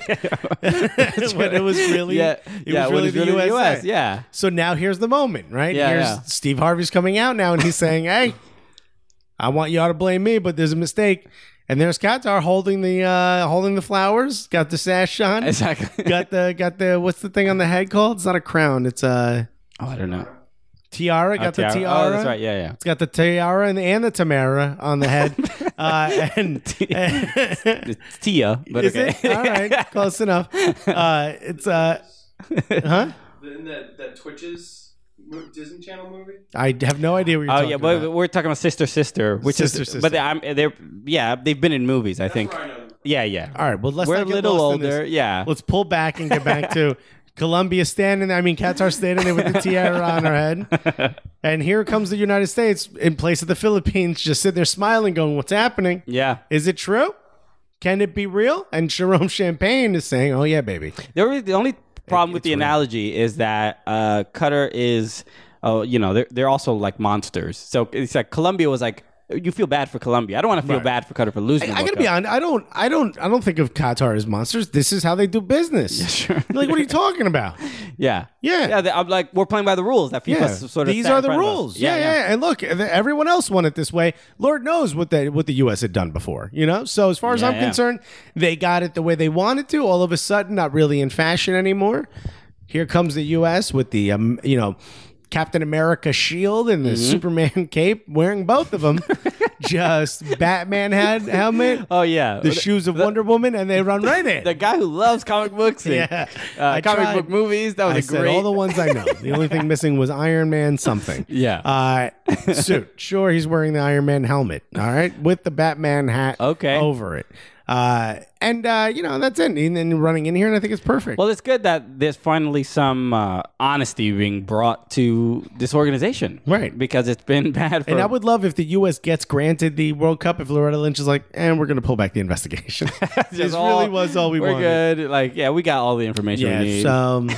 Speaker 1: but it was really,
Speaker 2: yeah
Speaker 1: it
Speaker 2: yeah
Speaker 1: was
Speaker 2: when
Speaker 1: really
Speaker 2: it's
Speaker 1: the
Speaker 2: really
Speaker 1: USA.
Speaker 2: US yeah
Speaker 1: So now here's the moment, right?
Speaker 2: Yeah,
Speaker 1: here's
Speaker 2: yeah.
Speaker 1: Steve Harvey's coming out now and he's saying, Hey, I want y'all to blame me, but there's a mistake. And there's Qatar holding the uh holding the flowers, got the sash on.
Speaker 2: exactly.
Speaker 1: Got the got the what's the thing on the head called? It's not a crown, it's a
Speaker 2: Oh, I don't know.
Speaker 1: tiara. Got the tiara.
Speaker 2: Oh, that's right. Yeah, yeah.
Speaker 1: It's got the tiara and, and the Tamara on the head. uh, and
Speaker 2: It's Tia, but
Speaker 1: Is
Speaker 2: okay.
Speaker 1: it? All right, close enough. Uh, it's uh, huh?
Speaker 4: In that, that Twitches Disney Channel movie?
Speaker 1: I have no idea what you're
Speaker 2: Oh
Speaker 1: talking
Speaker 2: yeah, but
Speaker 1: about.
Speaker 2: we're talking about sister sister, which
Speaker 1: Sister,
Speaker 2: is
Speaker 1: Sister.
Speaker 2: but they- I'm, they're yeah they've been in movies I think. Yeah, yeah.
Speaker 1: All right, well let's
Speaker 2: we're a
Speaker 1: not get
Speaker 2: little
Speaker 1: lost in this.
Speaker 2: older. Yeah,
Speaker 1: Let's pull back and get back to Colombia standing there. I mean, Qatar standing there with the tiara on her head. And here comes the United States in place of the Philippines, just sitting there smiling, going, What's happening?
Speaker 2: yeah.
Speaker 1: Is it true? Can it be real? And Jerome Champagne is saying, Oh, yeah, baby.
Speaker 2: The only, the only problem with the analogy is that uh, Cutter is, oh, you know, they're they're also like monsters. So it's like Colombia was like, you feel bad for Colombia. I don't want to feel bad for Cutter for losing. the
Speaker 1: I
Speaker 2: World
Speaker 1: gotta be
Speaker 2: Cup.
Speaker 1: honest. I don't. I don't. I don't think of Qatar as monsters. This is how they do business. Like, what are you talking about?
Speaker 2: Yeah,
Speaker 1: Yeah.
Speaker 2: yeah. they- I'm like, we're playing by the rules. That FIFA s- sort of
Speaker 1: these
Speaker 2: set in
Speaker 1: are the
Speaker 2: front of us.
Speaker 1: rules. Yeah yeah, And look, th- everyone else won it this way. Lord knows what the what the U.S. had done before. You know. So as far as
Speaker 2: Yeah,
Speaker 1: I'm
Speaker 2: yeah.
Speaker 1: concerned, they got it the way they wanted to. All of a sudden, not really in fashion anymore. Here comes the U.S. with the um, you know. Captain America shield and the
Speaker 2: Mm-hmm.
Speaker 1: Superman cape, wearing both of them, just Batman head helmet,
Speaker 2: Oh yeah,
Speaker 1: the shoes of Wonder Woman, and they run right in.
Speaker 2: the guy who loves comic books and
Speaker 1: Yeah.
Speaker 2: uh,
Speaker 1: I
Speaker 2: comic
Speaker 1: tried.
Speaker 2: book movies. That was
Speaker 1: I
Speaker 2: a
Speaker 1: said
Speaker 2: great.
Speaker 1: all the ones I know. The only thing missing was Iron Man something.
Speaker 2: Yeah.
Speaker 1: Uh, suit. Sure, he's wearing the Iron Man helmet. All right, with the Batman hat.
Speaker 2: Okay.
Speaker 1: Over it. Uh, and uh, you know that's it. And then running in here, and I think it's perfect.
Speaker 2: well, it's good that there's finally some uh, honesty being brought to this organization,
Speaker 1: Right.
Speaker 2: Because it's been bad for.
Speaker 1: and I would love if the U.S. gets granted the World Cup if Loretta Lynch is like, and we're going to pull back the investigation. this really was all we
Speaker 2: We're
Speaker 1: wanted.
Speaker 2: good. Like, yeah, we got all the information we
Speaker 1: Yeah.
Speaker 2: need.
Speaker 1: So, um,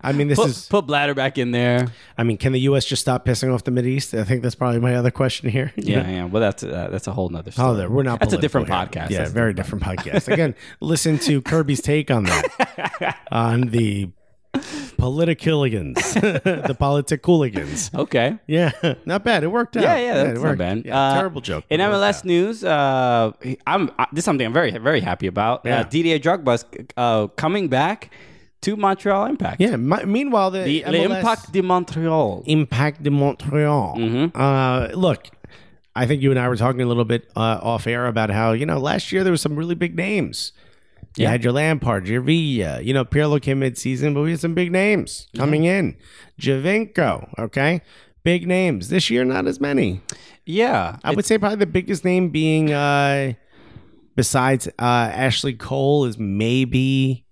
Speaker 1: I mean, this
Speaker 2: put,
Speaker 1: is.
Speaker 2: put bladder back in there.
Speaker 1: I mean, can the U.S. just stop pissing off the Middle East? I think that's probably my other question here.
Speaker 2: Yeah, yeah. Well, that's uh, that's a whole nother. Story.
Speaker 1: Oh, there. We're not.
Speaker 2: That's a
Speaker 1: political
Speaker 2: different
Speaker 1: here.
Speaker 2: podcast.
Speaker 1: Yeah,
Speaker 2: That's-
Speaker 1: very different podcast. Again, listen to Kirby's take on that on the Politicooligans. the Politicooligans.
Speaker 2: Okay.
Speaker 1: Yeah, not bad. It worked out.
Speaker 2: Yeah, yeah,
Speaker 1: it
Speaker 2: that's not
Speaker 1: worked.
Speaker 2: bad.
Speaker 1: Yeah,
Speaker 2: Uh,
Speaker 1: terrible joke.
Speaker 2: In
Speaker 1: but it worked
Speaker 2: MLS
Speaker 1: out.
Speaker 2: news, uh, I'm uh, this is something I'm very very happy about.
Speaker 1: Yeah.
Speaker 2: Uh, DDA Drogba's uh, coming back to Montreal Impact.
Speaker 1: Yeah. My, meanwhile, the,
Speaker 2: the, the
Speaker 1: MLS
Speaker 2: Impact de Montreal. Mm-hmm.
Speaker 1: Impact de Montreal. Uh, look, I think you and I were talking a little bit uh, off air about how you know last year there was some really big names. You
Speaker 2: Yeah.
Speaker 1: had your Lampard, your Villa. You know, Pirlo came mid-season, but we had some big names coming in. Javinko, okay, big names this year. Not as many.
Speaker 2: yeah,
Speaker 1: I would say probably the biggest name being uh besides uh Ashley Cole is maybe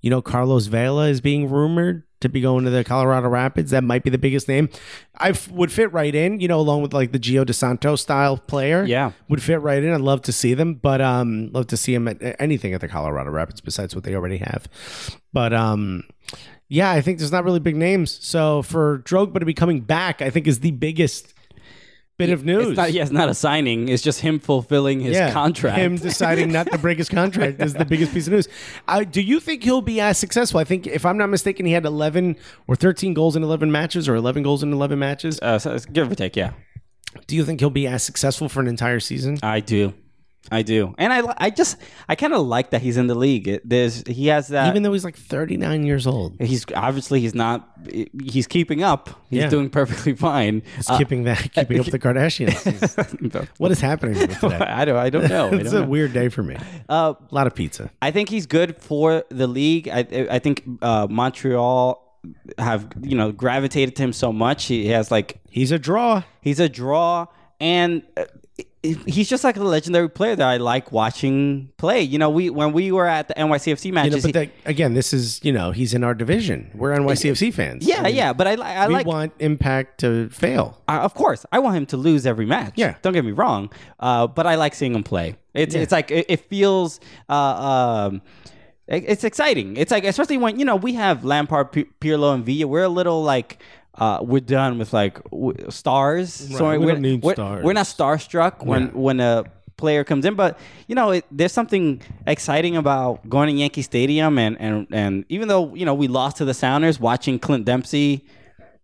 Speaker 1: you know Carlos Vela is being rumored to be going to the Colorado Rapids. That might be the biggest name. I f- would fit right in, you know, along with like the Gio DeSanto style player.
Speaker 2: Yeah.
Speaker 1: Would fit right in. I'd love to see them, but um love to see him at at anything at the Colorado Rapids besides what they already have. But um yeah, I think there's not really big names. So for Drogba to be coming back, I think is the biggest bit of news.
Speaker 2: it's not. Yeah, it's not a signing. It's just him fulfilling his contract.
Speaker 1: Him deciding not to break his contract is the biggest piece of news. Uh, do you think he'll be as successful? I think, if I'm not mistaken, he had 11 or 13 goals in 11 matches, or 11 goals in 11 matches.
Speaker 2: uh, so it's give or take. Yeah,
Speaker 1: Do you think he'll be as successful for an entire season?
Speaker 2: I do. I do, and I, li- I just, I kind of like that he's in the league. It, there's, he has that.
Speaker 1: Even though he's like 39 years old,
Speaker 2: he's obviously he's not, he's keeping up. He's
Speaker 1: Yeah.
Speaker 2: doing perfectly fine. Uh,
Speaker 1: he's keeping that, keeping up with the Kardashians. what is happening to me today?
Speaker 2: I don't, I don't know. I
Speaker 1: It's
Speaker 2: don't
Speaker 1: a
Speaker 2: know.
Speaker 1: weird day for me.
Speaker 2: Uh,
Speaker 1: a lot of pizza.
Speaker 2: I think he's good for the league. I I think uh, Montreal have you know gravitated to him so much. He has like
Speaker 1: He's a draw.
Speaker 2: he's a draw and. Uh, He's just like a legendary player that I like watching play. You know, we when we were at the NYCFC
Speaker 1: You know,
Speaker 2: matches,
Speaker 1: but
Speaker 2: he-
Speaker 1: that, again, this is you know he's in our division. We're NYCFC fans.
Speaker 2: yeah,
Speaker 1: I mean,
Speaker 2: yeah. But I, li- I
Speaker 1: we
Speaker 2: like
Speaker 1: want Impact to fail.
Speaker 2: I, of course, I want him to lose every match.
Speaker 1: Yeah.
Speaker 2: don't get me wrong. Uh, but I like seeing him play. It's it's like it, it feels. Uh, um, it- it's exciting. It's like especially when you know we have Lampard, P- Pirlo, and Villa. We're a little like. Uh, we're done with like w- stars. So
Speaker 1: Right, we
Speaker 2: we're,
Speaker 1: don't need
Speaker 2: we're-
Speaker 1: stars.
Speaker 2: We're not starstruck when when a player comes in, but you know it, there's something exciting about going to Yankee Stadium and and and even though you know we lost to the Sounders, watching Clint Dempsey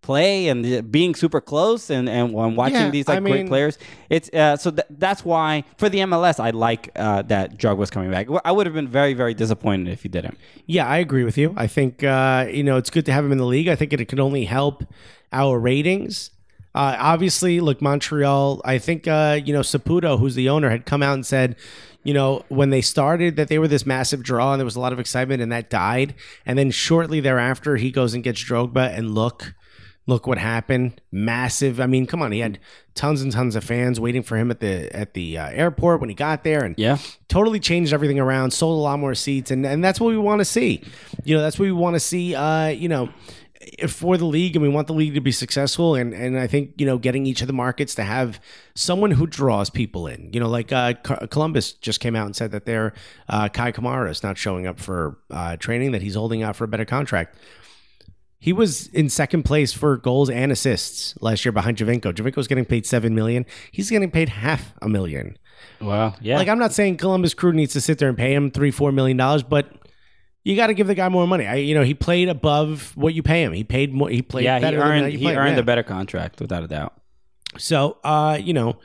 Speaker 2: play and uh, being super close and and, and watching
Speaker 1: Yeah,
Speaker 2: these like
Speaker 1: I mean-
Speaker 2: great players. It's uh, so th- that's why for the MLS I like uh, that Drug was coming back. I would have been very very disappointed if he didn't.
Speaker 1: Yeah, I agree with you. I think uh, you know it's good to have him in the league. I think it could only help our ratings. Uh, obviously, look Montreal. I think uh, you know Saputo, who's the owner, had come out and said, you know, when they started that they were this massive draw and there was a lot of excitement, and that died. And then shortly thereafter, he goes and gets Drogba, and look, look what happened. Massive. I mean, come on, he had tons and tons of fans waiting for him at the at the uh, airport when he got there, and
Speaker 2: Yeah.
Speaker 1: totally changed everything around, sold a lot more seats, and, and that's what we want to see. You know, that's what we want to see. Uh, you know, for the league, and we want the league to be successful. And and I think you know, getting each of the markets to have someone who draws people in. You know, like uh, Co- Columbus just came out and said that their uh, Kai Kamara is not showing up for uh, training; that he's holding out for a better contract. He was in second place for goals and assists last year behind Javinko. Javinko's getting paid seven million. He's getting paid half a million.
Speaker 2: Wow. Yeah.
Speaker 1: Like I'm not saying Columbus Crew needs to sit there and pay him three, four million dollars, but you got to give the guy more money. I, you know, he played above what you pay him. He paid more. He played.
Speaker 2: yeah, he
Speaker 1: better than
Speaker 2: earned
Speaker 1: that you
Speaker 2: he
Speaker 1: pay him,
Speaker 2: earned
Speaker 1: yeah.
Speaker 2: the better contract without a doubt.
Speaker 1: So, uh, you know,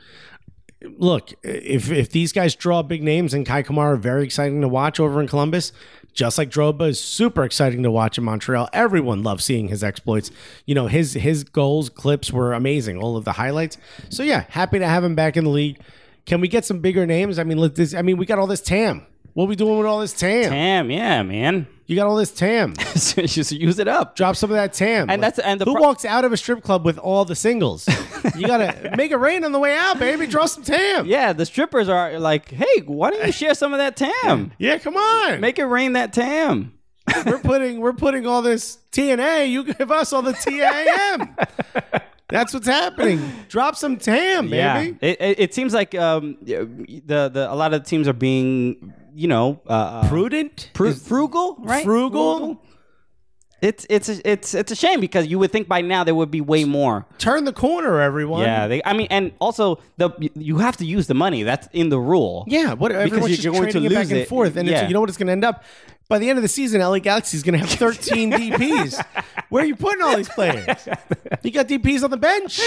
Speaker 1: look, if if these guys draw big names and Kai Kamara are very exciting to watch over in Columbus, just like Droba is super exciting to watch in Montreal. Everyone loves seeing his exploits. You know, his his goals, clips were amazing, all of the highlights. So yeah, happy to have him back in the league. Can we get some bigger names? I mean, let this I mean, we got all this TAM. What we doing with all this TAM?
Speaker 2: Damn. Yeah, man.
Speaker 1: You got all this TAM.
Speaker 2: Just use it up.
Speaker 1: Drop some of that TAM.
Speaker 2: And that's- and the
Speaker 1: who
Speaker 2: pro-
Speaker 1: walks out of a strip club with all the singles? you gotta make it rain on the way out, baby. Draw some TAM.
Speaker 2: Yeah, the strippers are like, hey, why don't you share some of that tam?
Speaker 1: Yeah, come on.
Speaker 2: Make it rain that tam.
Speaker 1: we're putting we're putting all this TNA. You give us all the TAM. That's what's happening. Drop some TAM, baby.
Speaker 2: Yeah, it, it, it seems like um, the the a lot of the teams are being, you know, uh, uh,
Speaker 1: Prudent,
Speaker 2: Fru- frugal, right?
Speaker 1: frugal?
Speaker 2: It's it's a, it's it's a shame because you would think by now there would be way more.
Speaker 1: turn the corner, everyone.
Speaker 2: Yeah, they, I mean, and also the you have to use the money that's in the rule.
Speaker 1: yeah. What everyone's
Speaker 2: you're
Speaker 1: just
Speaker 2: going to
Speaker 1: trading it back
Speaker 2: lose
Speaker 1: and
Speaker 2: it.
Speaker 1: forth, and it's,
Speaker 2: Yeah.
Speaker 1: you know what it's going to end up. By the end of the season, LA Galaxy is going to have 13 DPs. Where are you putting all these players? You got DPs on the bench.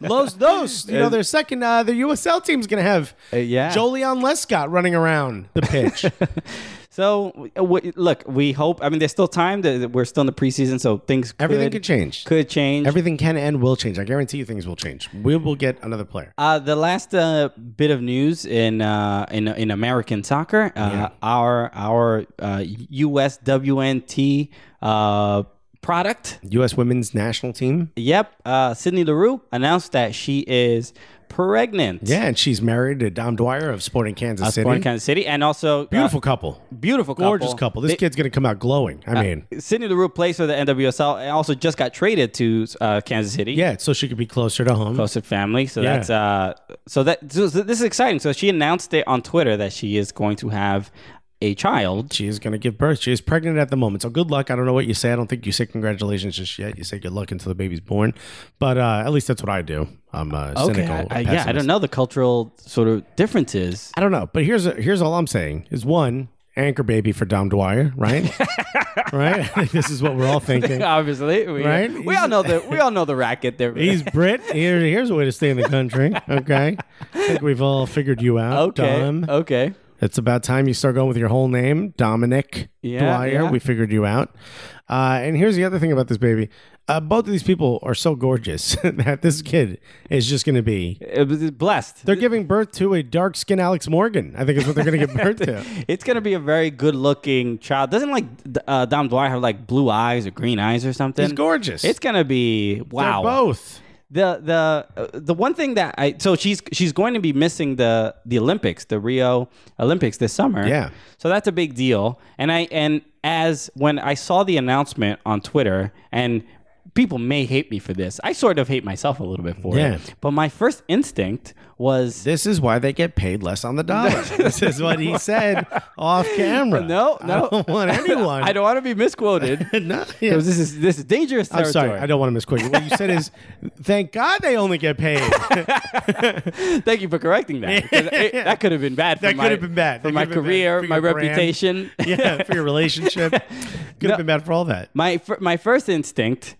Speaker 1: Los Dos, you know, their second, uh, their USL team's going to have
Speaker 2: Uh, yeah.
Speaker 1: Jolion Lescott running around the pitch.
Speaker 2: So w- w- look, we hope. I mean, there's still time. that We're still in the preseason, so things could,
Speaker 1: Everything could change.
Speaker 2: Could change.
Speaker 1: Everything can and will change. I guarantee you things will change. We will get another player.
Speaker 2: Uh, the last uh, bit of news in uh, in in American soccer, uh, our our uh, USWNT uh, product.
Speaker 1: U.S. women's national team.
Speaker 2: Yep, uh, Sydney Larue announced that she is pregnant.
Speaker 1: Yeah, and she's married to Dom Dwyer of Sporting Kansas City.
Speaker 2: Born in Kansas City, and also uh,
Speaker 1: Beautiful couple.
Speaker 2: beautiful, couple.
Speaker 1: Gorgeous couple. This
Speaker 2: They- Uh,
Speaker 1: kid's going to come out glowing. I mean,
Speaker 2: Sydney Larue plays for the NWSL, and also just got traded to uh, Kansas City.
Speaker 1: yeah, so she could be closer to home.
Speaker 2: Closer family. So
Speaker 1: Yeah.
Speaker 2: that's uh so that so this is exciting. So she announced it on Twitter that she is going to have a child.
Speaker 1: She is going to give birth. She is pregnant at the moment. So good luck. I don't know what you say. I don't think you say congratulations just yet. You say good luck until the baby's born. But uh, at least that's what I do. I'm a cynical.
Speaker 2: I, I- yeah, I
Speaker 1: pessimist.
Speaker 2: don't know the cultural sort of differences.
Speaker 1: I don't know. But here's here's all I'm saying is one anchor baby for Dom Dwyer, right? right. I think this is what we're all thinking.
Speaker 2: Obviously, we,
Speaker 1: Right?
Speaker 2: We all know the we all know the racket. There,
Speaker 1: He's Brit. Here, here's a way to stay in the country. Okay. I think we've all figured you out.
Speaker 2: okay.
Speaker 1: Dom.
Speaker 2: Okay,
Speaker 1: It's about time you start going with your whole name, Dominic
Speaker 2: Yeah,
Speaker 1: Dwyer.
Speaker 2: yeah.
Speaker 1: We figured you out. Uh, and here's the other thing about this baby: uh, both of these people are so gorgeous that this kid is just going to be.
Speaker 2: it was blessed.
Speaker 1: They're giving birth to a dark-skinned Alex Morgan. I think is what they're going to give birth to.
Speaker 2: It's gonna be a very good-looking child. Doesn't like uh, Dom Dwyer have like blue eyes or green eyes or something?
Speaker 1: He's gorgeous.
Speaker 2: It's gonna be
Speaker 1: They're
Speaker 2: wow.
Speaker 1: both.
Speaker 2: the the uh, the one thing that I so she's she's going to be missing the the Olympics, the Rio Olympics this summer.
Speaker 1: Yeah.
Speaker 2: So that's a big deal. And I and as when I saw the announcement on Twitter and people may hate me for this. I sort of hate myself a little bit for
Speaker 1: Yeah.
Speaker 2: it. But my first instinct was
Speaker 1: This is why they get paid less on the dollar. this is what he said off camera.
Speaker 2: no, no.
Speaker 1: I don't want anyone.
Speaker 2: I don't want to be misquoted.
Speaker 1: No, yeah.
Speaker 2: Because this is this is dangerous
Speaker 1: I'm
Speaker 2: territory.
Speaker 1: sorry. I don't want to misquote you. What you said is, thank God they only get paid.
Speaker 2: Thank you for correcting that. because it- that could have been bad. For
Speaker 1: That
Speaker 2: my-
Speaker 1: could have been bad.
Speaker 2: for
Speaker 1: That
Speaker 2: my
Speaker 1: could have been bad
Speaker 2: career,
Speaker 1: for
Speaker 2: my
Speaker 1: your brand.
Speaker 2: reputation.
Speaker 1: yeah, for your relationship. Could have been bad for all that.
Speaker 2: my fir- my first instinct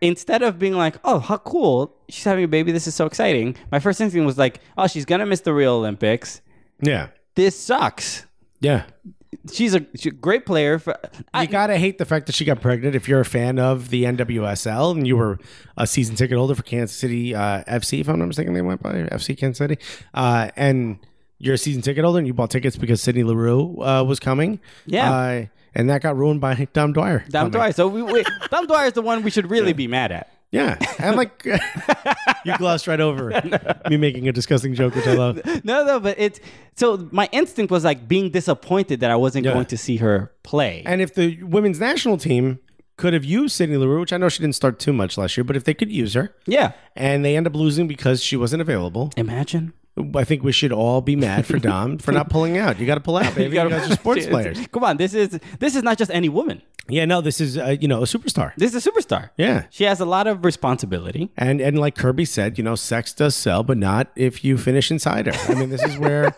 Speaker 2: instead of being like oh how cool she's having a baby this is so exciting my first instinct was like oh she's gonna miss the real olympics
Speaker 1: Yeah.
Speaker 2: this sucks
Speaker 1: Yeah.
Speaker 2: she's a, she's a great player for I,
Speaker 1: You gotta hate the fact that she got pregnant if you're a fan of the NWSL and you were a season ticket holder for Kansas City uh, FC, if I'm not mistaken, they went by or FC Kansas City, uh, and you're a season ticket holder and you bought tickets because Sidney Larue uh, was coming,
Speaker 2: Yeah.
Speaker 1: uh, and that got ruined by Dom Dwyer. coming.
Speaker 2: Dom Dwyer. So we, we Dom Dwyer is the one we should really be mad at.
Speaker 1: yeah, and like you glossed right over me making a disgusting joke, which I love.
Speaker 2: No, no, but it's so my instinct was like being disappointed that I wasn't
Speaker 1: Yeah.
Speaker 2: going to see her play.
Speaker 1: And if the women's national team could have used Sydney LaRue, which I know she didn't start too much last year, but if they could use her
Speaker 2: yeah.
Speaker 1: and they end up losing because she wasn't available,
Speaker 2: Imagine.
Speaker 1: I think we should all be mad for Dom for not pulling out. You got to pull out, baby. you
Speaker 2: gotta-
Speaker 1: guys are sports players.
Speaker 2: Come on, this is this is not just any woman.
Speaker 1: Yeah, no, this is, uh, you know, a superstar.
Speaker 2: This is a superstar.
Speaker 1: Yeah.
Speaker 2: She has a lot of responsibility.
Speaker 1: And, and like Kirby said, you know, sex does sell, but not if you finish inside her. I mean, this is where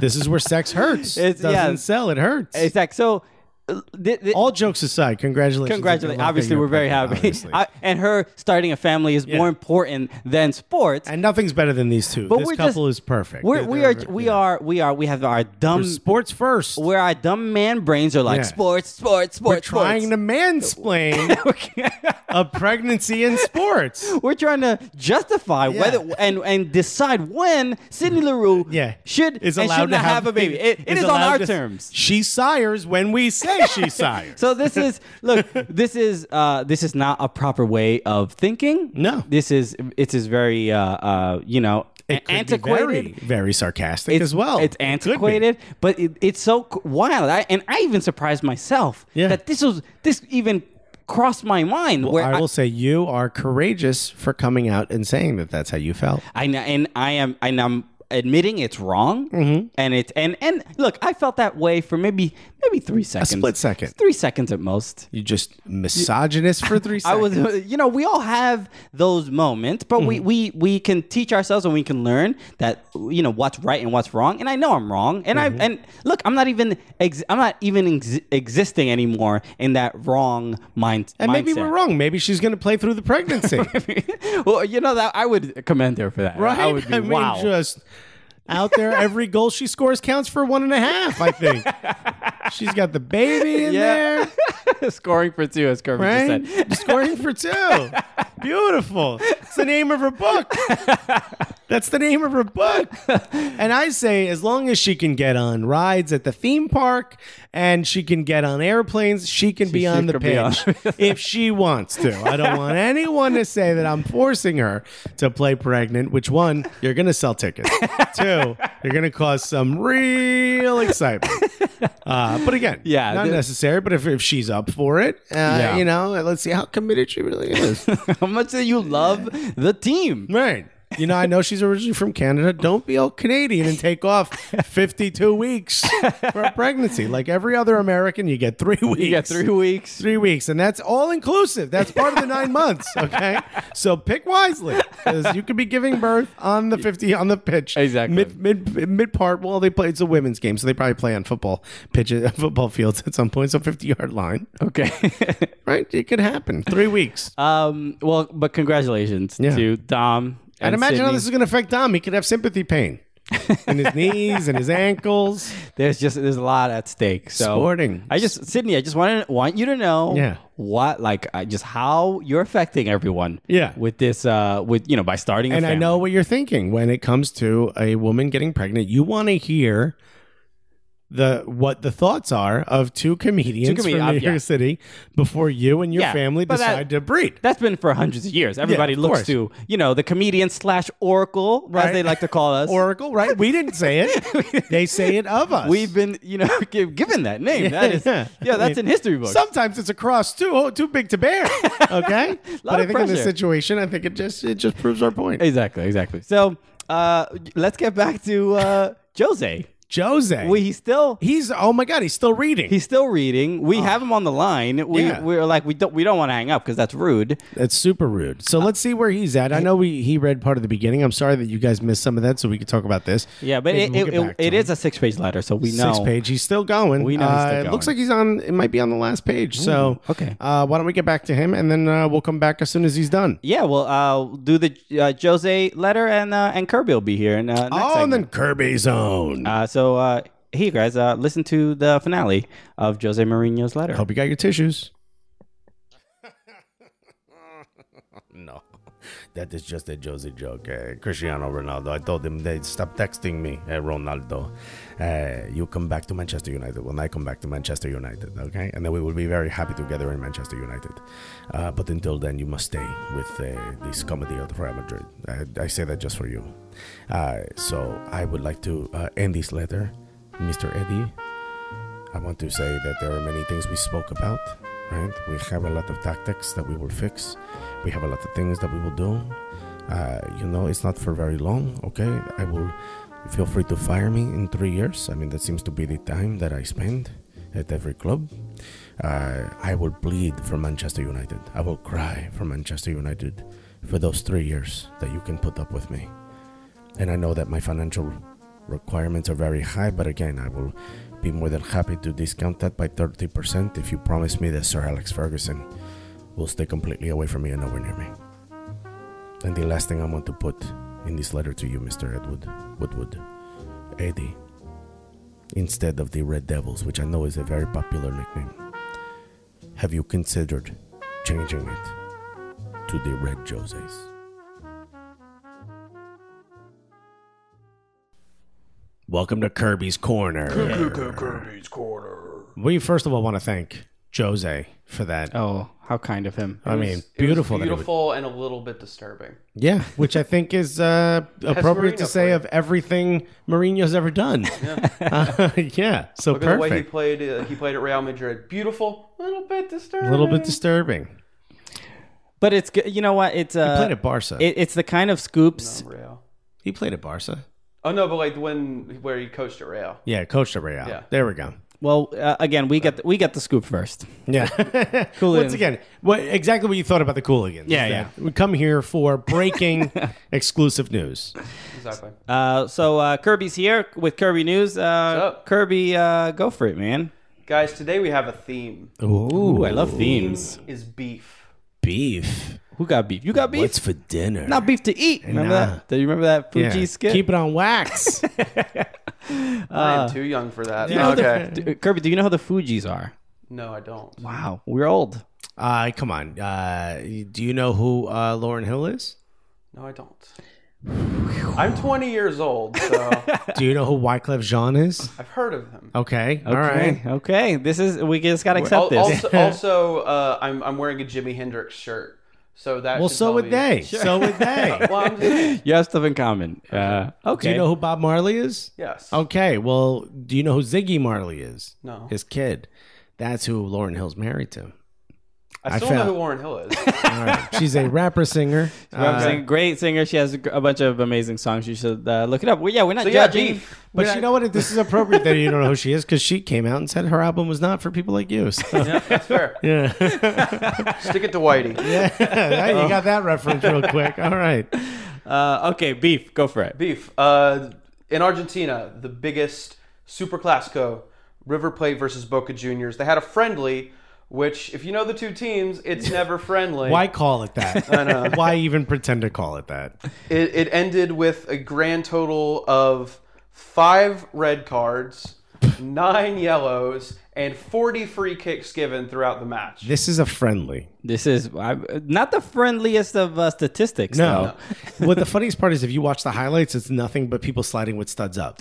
Speaker 1: this is where sex hurts.
Speaker 2: It's-
Speaker 1: it doesn't
Speaker 2: yeah.
Speaker 1: sell. It hurts.
Speaker 2: Exactly. So, uh, th- th-
Speaker 1: All jokes aside, congratulations.
Speaker 2: congratulations.
Speaker 1: Good luck
Speaker 2: Obviously,
Speaker 1: getting
Speaker 2: we're
Speaker 1: your
Speaker 2: very
Speaker 1: pregnant,
Speaker 2: happy.
Speaker 1: obviously.
Speaker 2: I, and her starting a family is more important than sports.
Speaker 1: and nothing's better than these two.
Speaker 2: but
Speaker 1: this
Speaker 2: we're
Speaker 1: couple is
Speaker 2: just,
Speaker 1: perfect.
Speaker 2: We're,
Speaker 1: They're-
Speaker 2: we are.
Speaker 1: they're-
Speaker 2: We
Speaker 1: yeah.
Speaker 2: are. We are. We have our dumb.
Speaker 1: sports first. We're
Speaker 2: where our dumb man brains are like
Speaker 1: Yeah.
Speaker 2: sports, sports, sports.
Speaker 1: trying to mansplain a pregnancy in sports.
Speaker 2: We're trying to justify
Speaker 1: Yeah.
Speaker 2: whether and and decide when Sidney Larue
Speaker 1: Yeah,
Speaker 2: should
Speaker 1: is
Speaker 2: and
Speaker 1: allowed
Speaker 2: should
Speaker 1: to
Speaker 2: not have, a baby. It, it is, on
Speaker 1: allowed
Speaker 2: our
Speaker 1: to-
Speaker 2: terms.
Speaker 1: She sires when we say she sires.
Speaker 2: So this is look. This is uh, this is not a proper way of thinking.
Speaker 1: No.
Speaker 2: this is it is very uh, uh, you know
Speaker 1: It could be
Speaker 2: antiquated.
Speaker 1: very, very sarcastic
Speaker 2: It's-
Speaker 1: as well.
Speaker 2: It's
Speaker 1: It could be.
Speaker 2: antiquated, but it, it's so c- wild. I, and I even surprised myself
Speaker 1: Yeah.
Speaker 2: that this was this even crossed my mind. where
Speaker 1: I
Speaker 2: I,
Speaker 1: will say you are courageous for coming out and saying that that's how you felt.
Speaker 2: I, kn- and I am and I'm admitting it's wrong,
Speaker 1: Mm-hmm.
Speaker 2: and it's and and look, I felt that way for maybe maybe three seconds,
Speaker 1: split second.
Speaker 2: three seconds at most.
Speaker 1: You just misogynist for three
Speaker 2: I
Speaker 1: seconds. Mm-hmm.
Speaker 2: was, you know, we all have those moments, but we, we we can teach ourselves and we can learn that you know what's right and what's wrong. And I know I'm wrong, and
Speaker 1: Mm-hmm.
Speaker 2: I and look, I'm not even ex- I'm not even ex- existing anymore in that wrong mind.
Speaker 1: and maybe
Speaker 2: mindset.
Speaker 1: we're wrong. Maybe she's going to play through the pregnancy.
Speaker 2: well, you know that I would commend her for that.
Speaker 1: right?
Speaker 2: I would be
Speaker 1: I mean,
Speaker 2: wow.
Speaker 1: just out there, every goal she scores counts for one and a half. I think she's got the baby in
Speaker 2: Yeah.
Speaker 1: there,
Speaker 2: Scoring for two, as Kirby
Speaker 1: right?
Speaker 2: just said.
Speaker 1: Scoring for two. Beautiful. It's the name of her book. That's the name of her book. And I say, as long as she can get on rides at the theme park and she can get on airplanes, she can be
Speaker 2: she
Speaker 1: on the
Speaker 2: could be on-
Speaker 1: pitch if she wants to. I don't want anyone to say that I'm forcing her to play pregnant, which one, you're going to sell tickets. Two, you're going to cause some real excitement. Uh, but again,
Speaker 2: Yeah,
Speaker 1: not
Speaker 2: the-
Speaker 1: necessary. But if, if she's up for it, uh,
Speaker 2: Yeah.
Speaker 1: you know, let's see how committed she really is.
Speaker 2: How much do you love the team?
Speaker 1: Right. You know, I know she's originally from Canada. Don't be all Canadian and take off 52 weeks for a pregnancy. Like every other American, you get three weeks.
Speaker 2: You got three weeks.
Speaker 1: Three weeks. And that's all inclusive. That's part of the nine months. Okay. So pick wisely because you could be giving birth on the 50, on the pitch.
Speaker 2: Exactly.
Speaker 1: Mid, mid, mid part. Well, they play, it's a women's game. So they probably play on football pitches, football fields at some point. So 50 yard line.
Speaker 2: Okay.
Speaker 1: Right. It could happen. Three weeks.
Speaker 2: um. Well, but congratulations
Speaker 1: Yeah.
Speaker 2: to Dom.
Speaker 1: I'd
Speaker 2: And
Speaker 1: imagine how
Speaker 2: Sydney.
Speaker 1: this is going to affect Dom. He could have sympathy pain in his knees and his ankles.
Speaker 2: There's just there's a lot at stake. So
Speaker 1: Sporting.
Speaker 2: I just Sydney. I just want want you to know.
Speaker 1: Yeah.
Speaker 2: What like I just how you're affecting everyone.
Speaker 1: Yeah.
Speaker 2: With this uh with you know by starting. a
Speaker 1: And I
Speaker 2: family.
Speaker 1: know what you're thinking when it comes to a woman getting pregnant. You want to hear the what the thoughts are of two comedians
Speaker 2: Two comedians,
Speaker 1: from New
Speaker 2: uh, yeah.
Speaker 1: York City before you and your
Speaker 2: Yeah,
Speaker 1: family
Speaker 2: but uh, that-
Speaker 1: decide to breed.
Speaker 2: That's been for hundreds of years. Everybody
Speaker 1: of
Speaker 2: looks
Speaker 1: course.
Speaker 2: to, you know, the comedian slash oracle, as
Speaker 1: Right.
Speaker 2: they like to call us.
Speaker 1: Oracle, right? We didn't say it. they say it of us.
Speaker 2: We've been, you know, gi- given that name. that is, yeah,
Speaker 1: I
Speaker 2: that's
Speaker 1: mean,
Speaker 2: in history books.
Speaker 1: Sometimes it's a cross too Oh, too big to bear. Okay, but I
Speaker 2: of
Speaker 1: think in this
Speaker 2: pressure.
Speaker 1: situation, I think it just it just proves our point.
Speaker 2: exactly, exactly. So uh, let's get back to uh, Jose.
Speaker 1: Jose,
Speaker 2: We he's still
Speaker 1: He's oh my god, he's still reading.
Speaker 2: he's still reading. We have him on the line. We
Speaker 1: Oh. Yeah.
Speaker 2: we're like we don't we don't want to hang up because that's rude.
Speaker 1: That's super rude.
Speaker 2: Uh,
Speaker 1: So let's see where he's at. I know we he read part of the beginning. I'm sorry that you guys missed some of that, so we could talk about this.
Speaker 2: Yeah, but
Speaker 1: Maybe
Speaker 2: it,
Speaker 1: we'll
Speaker 2: it,
Speaker 1: get
Speaker 2: it,
Speaker 1: back to
Speaker 2: it
Speaker 1: him.
Speaker 2: is a six page letter, so we know
Speaker 1: Six page. He's still going.
Speaker 2: We know he's still
Speaker 1: Uh, It looks
Speaker 2: going.
Speaker 1: like he's on. It might be on the last page. so
Speaker 2: okay.
Speaker 1: Uh, why don't we get back to him and then uh, we'll come back as soon as he's done.
Speaker 2: Yeah, well, uh, do the uh, Jose letter and uh, and Kirby will be here. And uh, next
Speaker 1: Oh, and
Speaker 2: segment.
Speaker 1: then Kirby's own.
Speaker 2: Uh, so, uh, hey guys, uh, listen to the finale of Jose Mourinho's letter.
Speaker 1: Hope you got your tissues.
Speaker 7: No. That is just a Josie joke. Uh, Cristiano Ronaldo. I told him they stop texting me, uh, Ronaldo. Uh, you come back to Manchester United when I come back to Manchester United, okay? And then we will be very happy together in Manchester United. Uh, but until then, you must stay with uh, this comedy of Real Madrid. I, I say that just for you. Uh, so I would like to uh, end this letter, Mr. Eddie. I want to say that there are many things we spoke about, right? We have a lot of tactics that we will fix. We have a lot of things that we will do. Uh, you know, it's not for very long, okay? I will feel free to fire me in three years. I mean, that seems to be the time that I spend at every club. Uh, I will bleed for Manchester United. I will cry for Manchester United for those three years that you can put up with me and I know that my financial requirements are very high, but again, I will be more than happy to discount that by 30% if you promise me that Sir Alex Ferguson will stay completely away from me and nowhere near me. And the last thing I want to put in this letter to you, Mr. Edward Woodwood, Eddie, instead of the Red Devils, which I know is a very popular nickname, have you considered changing it to the Red Joses?
Speaker 1: Welcome to Kirby's Corner. Kirby's Corner. We first of all want to thank Jose for that.
Speaker 2: Oh, how kind of him.
Speaker 1: I
Speaker 3: It
Speaker 1: mean,
Speaker 3: was
Speaker 1: beautiful. that he would-
Speaker 3: beautiful, and a little bit disturbing.
Speaker 1: Yeah, which I think is uh, appropriate
Speaker 3: Mourinho
Speaker 1: to
Speaker 3: for
Speaker 1: say
Speaker 3: you.
Speaker 1: of everything Mourinho's ever done. Yeah, yeah so
Speaker 3: Look at the way he
Speaker 1: perfect.
Speaker 3: played. Uh, he played at Real Madrid. Beautiful, a little bit disturbing.
Speaker 1: A little bit disturbing.
Speaker 2: But it's good. You know what? It's
Speaker 1: He
Speaker 2: uh,
Speaker 1: played at Barca.
Speaker 2: it, it's the kind of scoops.
Speaker 3: Real.
Speaker 1: he played at Barca.
Speaker 3: Oh no, but like when where he coached at Real.
Speaker 1: Yeah, Coach the Real.
Speaker 3: Yeah.
Speaker 1: There we go.
Speaker 2: Well, uh, again, we get the, we get the scoop first.
Speaker 1: Yeah. Once again, what exactly what you thought about the Cooligans.
Speaker 2: Yeah,
Speaker 1: is that
Speaker 2: yeah.
Speaker 1: We come here for breaking exclusive news.
Speaker 3: Exactly.
Speaker 2: Uh, so uh, Kirby's here with Kirby News. Uh,
Speaker 3: What's up?
Speaker 2: Kirby, uh, go for it, man.
Speaker 3: Guys, today we have a theme.
Speaker 2: Ooh, I love themes.
Speaker 3: Is beef.
Speaker 6: Beef.
Speaker 2: Who got beef? You got beef?
Speaker 6: What's for dinner?
Speaker 2: Not beef to eat. Remember
Speaker 6: Nah.
Speaker 2: that? Do you remember that
Speaker 1: Yeah.
Speaker 2: Fuji skit?
Speaker 1: Keep it on wax.
Speaker 3: I
Speaker 1: Ah.
Speaker 3: am too young for that. okay.
Speaker 2: D- uh, Kirby, do you know how the Fujis are?
Speaker 3: No, I don't.
Speaker 2: Wow, we're old.
Speaker 1: uh, come on. Uh, do you know who uh, Lauren Hill is?
Speaker 3: No, I don't. I'm 20 years old, so
Speaker 1: Do you know who Wyclef Jean is?
Speaker 3: I've heard of him.
Speaker 1: Okay. All right.
Speaker 2: Okay, okay. This is we just gotta accept
Speaker 3: Al-
Speaker 2: this.
Speaker 3: Also, also uh, I'm I'm wearing a Jimi Hendrix shirt, so that.
Speaker 1: Well,
Speaker 3: should
Speaker 1: so
Speaker 3: tell
Speaker 1: would
Speaker 3: me-
Speaker 1: they. So would they.
Speaker 3: Well, I'm just saying,
Speaker 2: You have stuff in common. Uh, okay.
Speaker 1: Do you know who Bob Marley is?
Speaker 3: yes.
Speaker 1: Okay. Well, do you know who Ziggy Marley is?
Speaker 3: No.
Speaker 1: His kid. That's who Lauren Hill's married to.
Speaker 3: I still
Speaker 1: I
Speaker 3: know
Speaker 1: found-
Speaker 3: who Lauren Hill is.
Speaker 1: All right. She's a rapper singer.
Speaker 2: Well,
Speaker 1: Uh,
Speaker 2: I'm saying great singer. She has a gr- a bunch of amazing songs. You should uh, look it up. Well, yeah, we're not
Speaker 3: So yeah,
Speaker 2: judging.
Speaker 3: beef.
Speaker 1: But you know what? This is appropriate that you don't know who she is because she came out and said her album was not for people like you. So,
Speaker 3: Yeah, that's fair.
Speaker 1: yeah.
Speaker 3: Stick it to Whitey.
Speaker 1: Hey, you got that reference real quick. All right.
Speaker 2: Uh, okay, beef. Go for it.
Speaker 3: Beef. Uh, in Argentina, the biggest Super Clasico, River Plate versus Boca Juniors. They had a friendly, which, if you know the two teams, it's never friendly.
Speaker 1: Why call it that? I know. Why even pretend to call it that?
Speaker 3: It, it ended with a grand total of five red cards, nine yellows, and 40 free kicks given throughout the match.
Speaker 1: This is a friendly.
Speaker 2: This is I, not the friendliest of uh, statistics.
Speaker 1: No.
Speaker 2: No.
Speaker 1: what the funniest part is, if you watch the highlights, it's nothing but people sliding with studs up.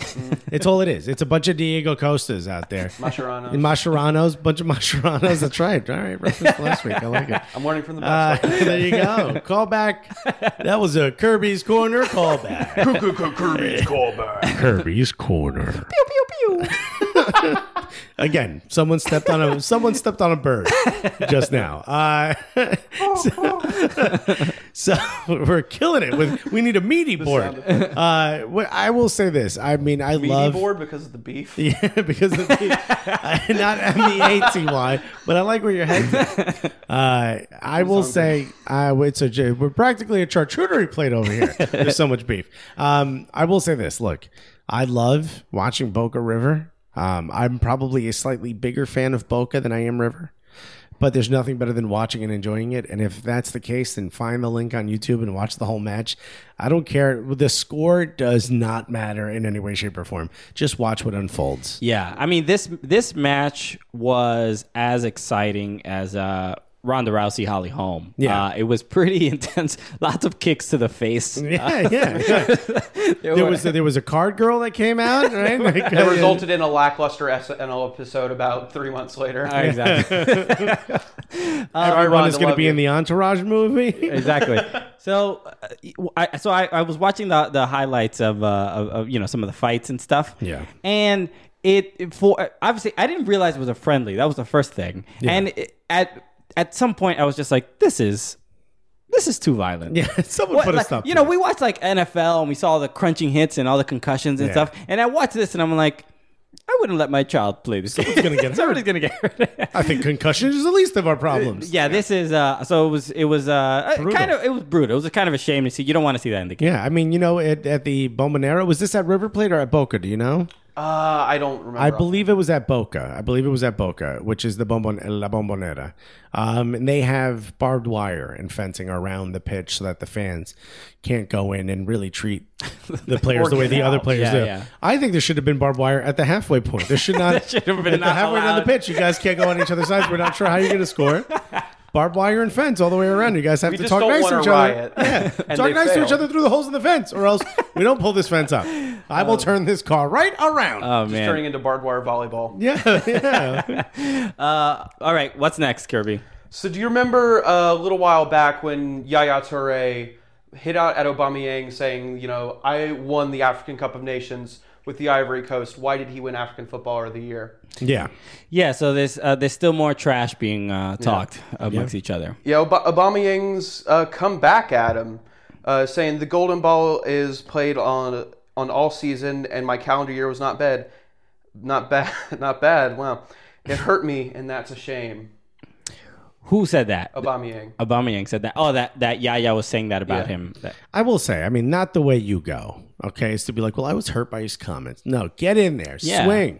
Speaker 1: it's all it is. It's a bunch of Diego Costas out there.
Speaker 3: Mascherano.
Speaker 1: In Macheranos, bunch of Macheranos. That's right. All right. Reference from last week. I like it.
Speaker 3: I'm learning from the
Speaker 1: Uh,
Speaker 3: best.
Speaker 1: there you go. Call back. That was a Kirby's Corner callback.
Speaker 3: Kirby's callback.
Speaker 6: Kirby's Corner.
Speaker 1: Again, someone stepped on a someone stepped on a bird just now. Uh, so, so we're killing it with. We need a meaty board. Uh, wh- I will say this. I mean, I
Speaker 3: Meaty
Speaker 1: love
Speaker 3: board because of the beef.
Speaker 1: Yeah, because of the, I- not M E A T Y, but I like where your head's at. Uh, I will say, uh, it's a j- we're practically a charcuterie plate over here. There's so much beef. Um, I will say this: look, I love watching Boca River. Um, I'm probably a slightly bigger fan of Boca than I am River. But there's nothing better than watching and enjoying it. And if that's the case, then find the link on YouTube and watch the whole match. I don't care. The score does not matter in any way, shape, or form. Just watch what unfolds.
Speaker 2: Yeah, I mean this this match was as exciting as uh, Ronda Rousey Holly Holm.
Speaker 1: Yeah.
Speaker 2: uh, it was pretty intense. Lots of kicks to the face.
Speaker 1: Yeah, yeah. yeah. there was a, there was a card girl that came out, right? Like, uh,
Speaker 3: It resulted in a lackluster SNL episode about three months later.
Speaker 2: Exactly.
Speaker 1: Everyone is going
Speaker 3: Rhonda,
Speaker 1: to
Speaker 3: love
Speaker 1: be
Speaker 3: you.
Speaker 1: in the Entourage movie.
Speaker 2: exactly. So, uh, I, so I, I was watching the the highlights of, uh, of of you know some of the fights and stuff.
Speaker 1: Yeah.
Speaker 2: and it it- for obviously I didn't realize it was a friendly. That was the first thing. And it, at at some point I was just like, this is this is too violent.
Speaker 1: Yeah, someone
Speaker 2: What-
Speaker 1: put a
Speaker 2: like,
Speaker 1: stop.
Speaker 2: You
Speaker 1: to
Speaker 2: know,
Speaker 1: it.
Speaker 2: we watched like NFL and we saw the crunching hits and all the concussions and
Speaker 1: Yeah.
Speaker 2: stuff. And I watched this and I'm like, I wouldn't let my child play this. Someone's
Speaker 1: gonna get
Speaker 2: Somebody's gonna get hurt.
Speaker 1: I think concussion is the least of our problems.
Speaker 2: Yeah, this is uh so it was it was uh
Speaker 1: Brutal.
Speaker 2: kind of it was brutal. It was kind of a shame to see. You don't want to see that in the game.
Speaker 1: Yeah, I mean, you know, at, at the Bombonera, was this at River Plate or at Boca? Do you know?
Speaker 3: Uh, I don't remember.
Speaker 1: I believe it was at Boca. I believe it was at Boca, which is the bombon la bombonera. Um, and they have barbed wire and fencing around the pitch so that the fans can't go in and really treat the players the way the
Speaker 3: get
Speaker 1: other
Speaker 3: out.
Speaker 1: players
Speaker 2: Yeah,
Speaker 1: do.
Speaker 2: yeah.
Speaker 1: I think there should have been barbed wire at the halfway point. There should not
Speaker 2: should have been
Speaker 1: at the
Speaker 2: not
Speaker 1: halfway down the
Speaker 2: allowed.
Speaker 1: pitch. You guys can't go on each other's sides. We're not sure how you're going to score. Barbed wire and fence all the way around. You guys have
Speaker 3: We
Speaker 1: to
Speaker 3: just
Speaker 1: talk
Speaker 3: don't
Speaker 1: nice to
Speaker 3: want
Speaker 1: each
Speaker 3: a
Speaker 1: other.
Speaker 3: riot.
Speaker 1: Yeah,
Speaker 3: And
Speaker 1: talk
Speaker 3: they
Speaker 1: nice to each
Speaker 3: failed.
Speaker 1: other through the holes in the fence, or else we don't pull this fence up. I will turn this car right around.
Speaker 2: Oh
Speaker 3: Just
Speaker 2: man.
Speaker 3: turning into barbed wire volleyball.
Speaker 1: yeah, yeah.
Speaker 2: Uh, all right, what's next, Kirby?
Speaker 3: So do you remember uh, a little while back when Yaya Toure hit out at Aubameyang saying, you know, I won the African Cup of Nations with the Ivory Coast. Why did he win African Footballer of the Year?
Speaker 1: Yeah.
Speaker 2: Yeah, so there's uh, there's still more trash being uh, talked amongst each other.
Speaker 3: Yeah, Ob- Aubameyang's uh, come back at him, uh, saying the golden ball is played on on all season, and my calendar year was not bad, not bad, not bad. Wow, it hurt me, and that's a shame.
Speaker 2: Who said that?
Speaker 3: Aubameyang.
Speaker 2: Aubameyang said that. Oh, that that Yaya was saying that about
Speaker 3: Yeah.
Speaker 2: him. That-
Speaker 1: I will say, I mean, not the way you go. Okay, is to be like, well, I was hurt by his comments. No, get in there,
Speaker 2: Yeah.
Speaker 1: swing.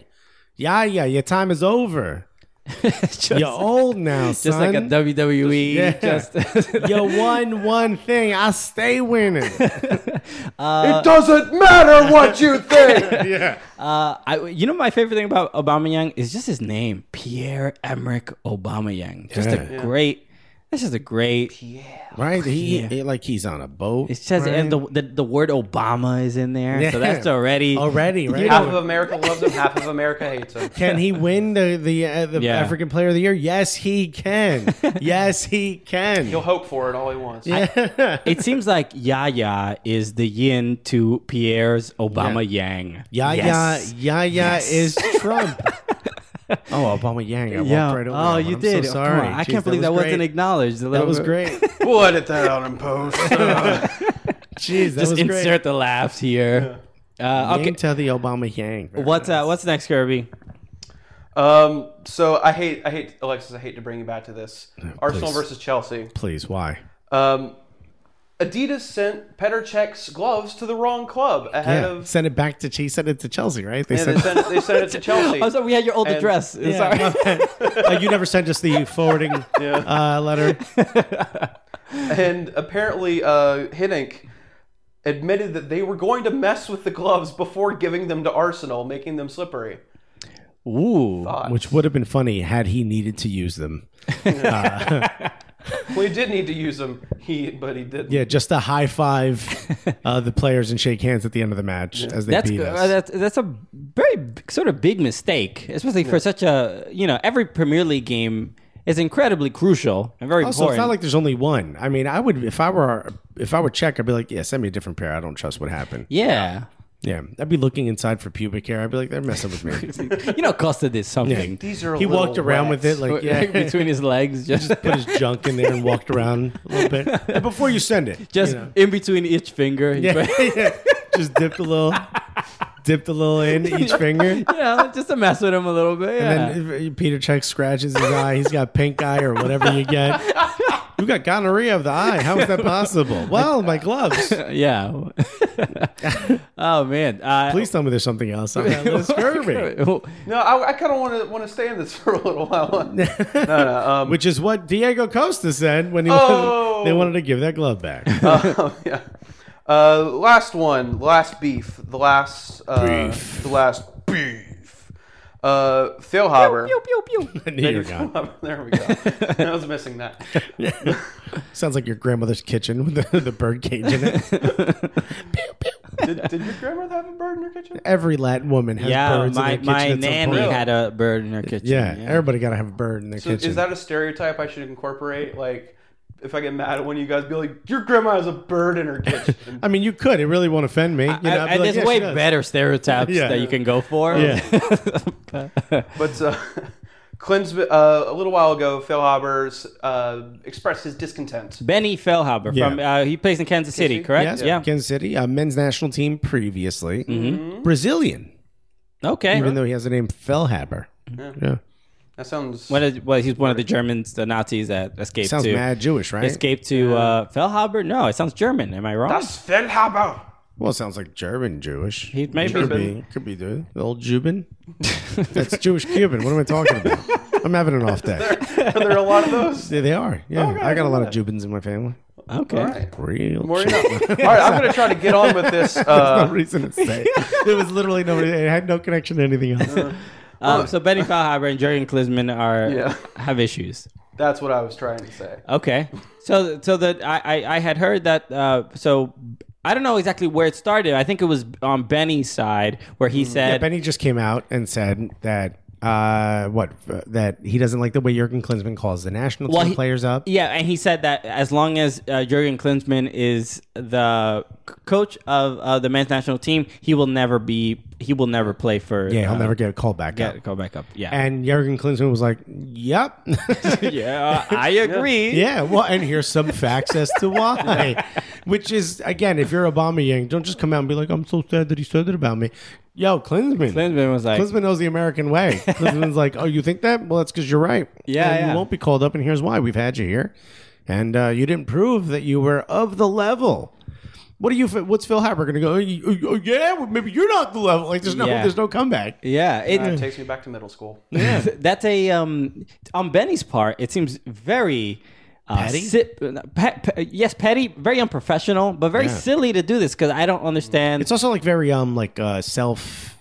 Speaker 1: Yeah, yeah, your time is over.
Speaker 2: just,
Speaker 1: You're old now,
Speaker 2: just like a
Speaker 1: son.
Speaker 2: WWE.
Speaker 1: Just-
Speaker 2: Just
Speaker 1: you won one thing. I stay winning.
Speaker 3: it doesn't matter what you think.
Speaker 1: Uh, yeah.
Speaker 2: I, you know, my favorite thing about Aubameyang is just his name, Pierre Emerick Aubameyang. Just a great. This is a great.
Speaker 1: Right? He, he- like he's on a boat.
Speaker 2: It says
Speaker 1: right?
Speaker 2: and the, the the word Obama is in there, so that's
Speaker 1: Yeah.
Speaker 2: already
Speaker 1: already, right?
Speaker 3: Half of America loves him. Half of America hates him.
Speaker 1: Can he win the the, uh, the
Speaker 2: Yeah.
Speaker 1: African Player of the Year? Yes, he can. yes, he can.
Speaker 3: He'll hope for it all he wants.
Speaker 2: It seems like Yaya is the yin to Pierre's Obama Yang.
Speaker 1: Yaya
Speaker 2: Yes.
Speaker 1: Yaya is Trump. oh, Obama Yang. I
Speaker 2: Yeah.
Speaker 1: walked right over.
Speaker 2: oh,
Speaker 1: that one.
Speaker 2: you
Speaker 1: I'm so
Speaker 2: did. Oh, come
Speaker 1: sorry.
Speaker 2: on. I
Speaker 1: Jeez,
Speaker 2: can't believe that,
Speaker 1: was
Speaker 2: was not
Speaker 1: great.
Speaker 2: acknowledged.
Speaker 1: That was great.
Speaker 3: We'll edit that out and post.
Speaker 1: Jeez, that
Speaker 2: Just
Speaker 1: was
Speaker 2: insert
Speaker 1: great.
Speaker 2: the laughs here. Uh,
Speaker 1: Yang
Speaker 2: okay.
Speaker 1: to the Obama Yang.
Speaker 2: What's uh, what's next, Kirby?
Speaker 3: um, so I hate, I hate Alexis. I hate to bring you back to this. Arsenal versus Chelsea.
Speaker 1: Please, why?
Speaker 3: Um, Adidas sent Petr Cech's gloves to the wrong club ahead
Speaker 1: Yeah.
Speaker 3: of.
Speaker 1: Send it back to. He sent it to Chelsea, right? They
Speaker 3: Yeah, they sent it, they sent it to Chelsea.
Speaker 2: Oh, so we had your old
Speaker 3: And-
Speaker 2: address. Sorry.
Speaker 1: Uh, you never sent us the forwarding uh, letter.
Speaker 3: And apparently, uh, Hiddink admitted that they were going to mess with the gloves before giving them to Arsenal, making them slippery.
Speaker 2: Ooh.
Speaker 1: Which would have been funny had he needed to use them.
Speaker 3: We did need to use them, he, but he didn't.
Speaker 1: Yeah, just to high five uh, the players and shake hands at the end of the match as they
Speaker 2: That's
Speaker 1: beat us.
Speaker 2: uh, that's that's a very b- sort of big mistake, especially for such a you know every Premier League game is incredibly crucial and very
Speaker 1: also,
Speaker 2: important.
Speaker 1: it's not like there's only one. I mean, I would if I were if I were check, I'd be like, yeah, send me a different pair. I don't trust what happened.
Speaker 2: yeah,
Speaker 1: Yeah, I'd be looking inside for pubic hair. I'd be like, they're messing with me.
Speaker 2: you know, Costa did something
Speaker 3: These are a
Speaker 1: he
Speaker 3: little
Speaker 1: walked around with it
Speaker 3: rats.
Speaker 1: like, yeah,
Speaker 2: between his legs, just
Speaker 1: put his junk in there and walked around a little bit But before you send it.
Speaker 2: just
Speaker 1: you know.
Speaker 2: in between each finger. he
Speaker 1: yeah,
Speaker 2: put-
Speaker 1: yeah. just dipped a little, dipped a little in each finger.
Speaker 2: yeah, just to mess with him a little bit. Yeah.
Speaker 1: And then if Peter Check scratches his eye. He's got pink eye or whatever you get. You got gonorrhea of the eye. How is that possible? Well, my gloves.
Speaker 2: Yeah. oh man. Uh,
Speaker 1: Please tell me there's something else on that list. Kirby.
Speaker 3: No, I, I kind of want to want to stay in this for a little while. no, no. Um,
Speaker 1: Which is what Diego Costa said when he
Speaker 3: Oh.
Speaker 1: wanted, they wanted to give that glove back.
Speaker 3: um, yeah. Uh, last one, last beef, the last, uh,
Speaker 6: Beef.
Speaker 3: the last beef. Uh, Phil Haber.
Speaker 1: I knew you were gone.
Speaker 3: There we go. I was missing that.
Speaker 1: Sounds like your grandmother's kitchen with the, the bird cage in it.
Speaker 3: Did, did your grandmother have a bird in her kitchen?
Speaker 1: Every Latin woman has
Speaker 2: yeah,
Speaker 1: birds in
Speaker 2: my
Speaker 1: their kitchen.
Speaker 2: my
Speaker 1: at some
Speaker 2: nanny
Speaker 1: point.
Speaker 2: had a bird in her kitchen.
Speaker 1: Yeah, everybody got to have a bird in their
Speaker 3: So
Speaker 1: kitchen.
Speaker 3: is that a stereotype I should incorporate? Like, if I get mad at one of you guys, be like, "Your grandma has a bird in her kitchen."
Speaker 1: I mean, you could. It really won't offend me. You know, I'd be
Speaker 2: and
Speaker 1: like,
Speaker 2: there's
Speaker 1: yeah,
Speaker 2: way
Speaker 1: she does.
Speaker 2: better stereotypes
Speaker 1: Yeah.
Speaker 2: that you can go for.
Speaker 1: Yeah.
Speaker 3: but uh, Clint's, uh, a little while ago, Phil Haber's uh, expressed his discontent.
Speaker 2: Benny Fellhaber from
Speaker 1: Yeah.
Speaker 2: uh, he plays in Kansas City, correct?
Speaker 1: Yes, Kansas City, uh, men's national team previously. Brazilian,
Speaker 2: Mm-hmm. yeah. Okay.
Speaker 1: even though he has the name Fellhaber. Yeah.
Speaker 3: That sounds.
Speaker 2: What is, well, he's one of the Germans, the Nazis that escaped
Speaker 1: Sounds
Speaker 2: to
Speaker 1: mad Jewish, right?
Speaker 2: escaped to uh, Fellhaber. No, it sounds German. Am I wrong?
Speaker 3: Phil Haber.
Speaker 1: Well, it sounds like German Jewish.
Speaker 2: he may
Speaker 1: could
Speaker 2: be.
Speaker 1: be, could be the, the old Jubin. That's Jewish Cuban. What am I talking about? I'm having an off day.
Speaker 3: Are there a lot of those?
Speaker 1: Yeah, they are. Yeah, I got a lot of Jubins in my family.
Speaker 2: Okay.
Speaker 1: Real.
Speaker 3: More
Speaker 1: shit.
Speaker 3: enough. All right, I'm going to try to get on with this. Uh,
Speaker 1: reason to say it. there was literally no. It had no connection to anything else.
Speaker 2: Um, so Benny Fellhaber and Jurgen Klinsmann are
Speaker 3: Yeah.
Speaker 2: have issues.
Speaker 3: that's what I was trying to say.
Speaker 2: Okay. So so that I, I I had heard that uh, so I don't know exactly where it started. I think it was on Benny's side where he said
Speaker 1: Mm. Benny just came out and said that uh, what that he doesn't like the way Jurgen Klinsmann calls the national
Speaker 2: Well,
Speaker 1: team
Speaker 2: he-
Speaker 1: players up.
Speaker 2: Yeah, and he said that as long as uh, Jurgen Klinsmann is the c- coach of uh, the men's national team, he will never be he will never play for.
Speaker 1: Yeah, he'll
Speaker 2: uh,
Speaker 1: never get a call back.
Speaker 2: get
Speaker 1: up.
Speaker 2: go back up. Yeah,
Speaker 1: And Jurgen Klinsmann was like, "Yep,
Speaker 2: yeah, I agree.
Speaker 1: yeah." Well, and here's some facts as to why. Which is again, if you're Obama Yang, don't just come out and be like, "I'm so sad that he said that about me." Yo, Klinsman.
Speaker 2: Klinsmann was like,
Speaker 1: Klinsman knows the American way. Klinsman's like, "Oh, you think that? Well, that's because you're right.
Speaker 2: Yeah,
Speaker 1: And
Speaker 2: yeah.
Speaker 1: you won't be called up, and here's why: we've had you here, and uh, you didn't prove that you were of the level." What do you? What's Phil Harper going to go? Oh, you- oh, you- oh, yeah, well, maybe you're not the level. Like, there's no,
Speaker 2: Yeah.
Speaker 1: there's no comeback.
Speaker 2: yeah. It,
Speaker 3: It takes me back to middle school.
Speaker 2: that's a um on Benny's part. It seems very uh,
Speaker 1: Petty?
Speaker 2: sip- pe- pe- yes, petty, very unprofessional, but very silly to do this because I don't understand.
Speaker 1: It's also like very um like uh self.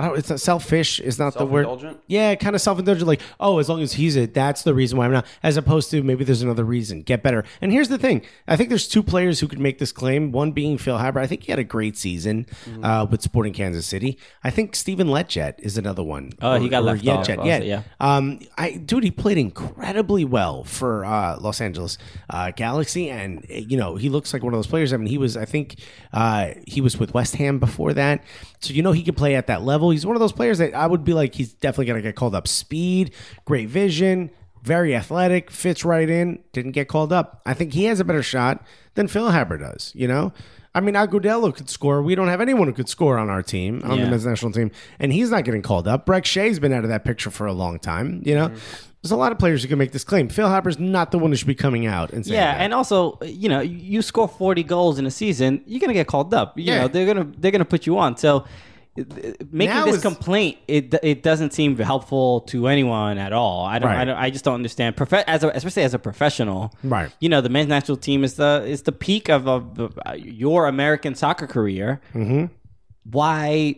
Speaker 1: I don't. It's not selfish. Is not the word.
Speaker 3: Self-indulgent?
Speaker 1: Yeah, kind of self-indulgent. Like, oh, as long as he's it, that's the reason why I'm not. As opposed to maybe there's another reason. Get better. And here's the thing. I think there's two players who could make this claim. One being Phil Haber. I think he had a great season uh, with Sporting Kansas City. I think Steven Letjet is another one.
Speaker 2: Oh, he got left off
Speaker 1: Yetjet.
Speaker 2: also,
Speaker 1: Yeah,
Speaker 2: yeah.
Speaker 1: Um, I dude, he played incredibly well for uh, Los Angeles uh, Galaxy, and uh, you know he looks like one of those players. I mean, he was, I think, uh, he was with West Ham before that, so you know he could play at that level. He's one of those players that I would be like, he's definitely gonna get called up. Speed, great vision, very athletic, fits right in. Didn't get called up. I think he has a better shot than Phil Haber does. You know. I mean, Agudelo could score. We don't have anyone who could score on our team, on
Speaker 2: Yeah.
Speaker 1: the men's national team, and he's not getting called up. Breck Shea's been out of that picture for a long time. You know,
Speaker 2: Mm-hmm.
Speaker 1: there's a lot of players who can make this claim. Phil Harper's not the one who should be coming out and saying,
Speaker 2: yeah,
Speaker 1: that.
Speaker 2: and also, you know, you score 40 goals in a season, you're going to get called up. You
Speaker 1: Yeah.
Speaker 2: know, they're going to they're going to put you on. So uh, making
Speaker 1: Now
Speaker 2: this
Speaker 1: is-
Speaker 2: complaint it it doesn't seem helpful to anyone at all. I don't, I,
Speaker 1: Right.
Speaker 2: don't I just don't understand Profe- as a, especially as a professional.
Speaker 1: Right.
Speaker 2: You know, the men's national team is the is the peak of, of uh, your American soccer career. Mhm.
Speaker 1: Mm-hmm.
Speaker 2: Why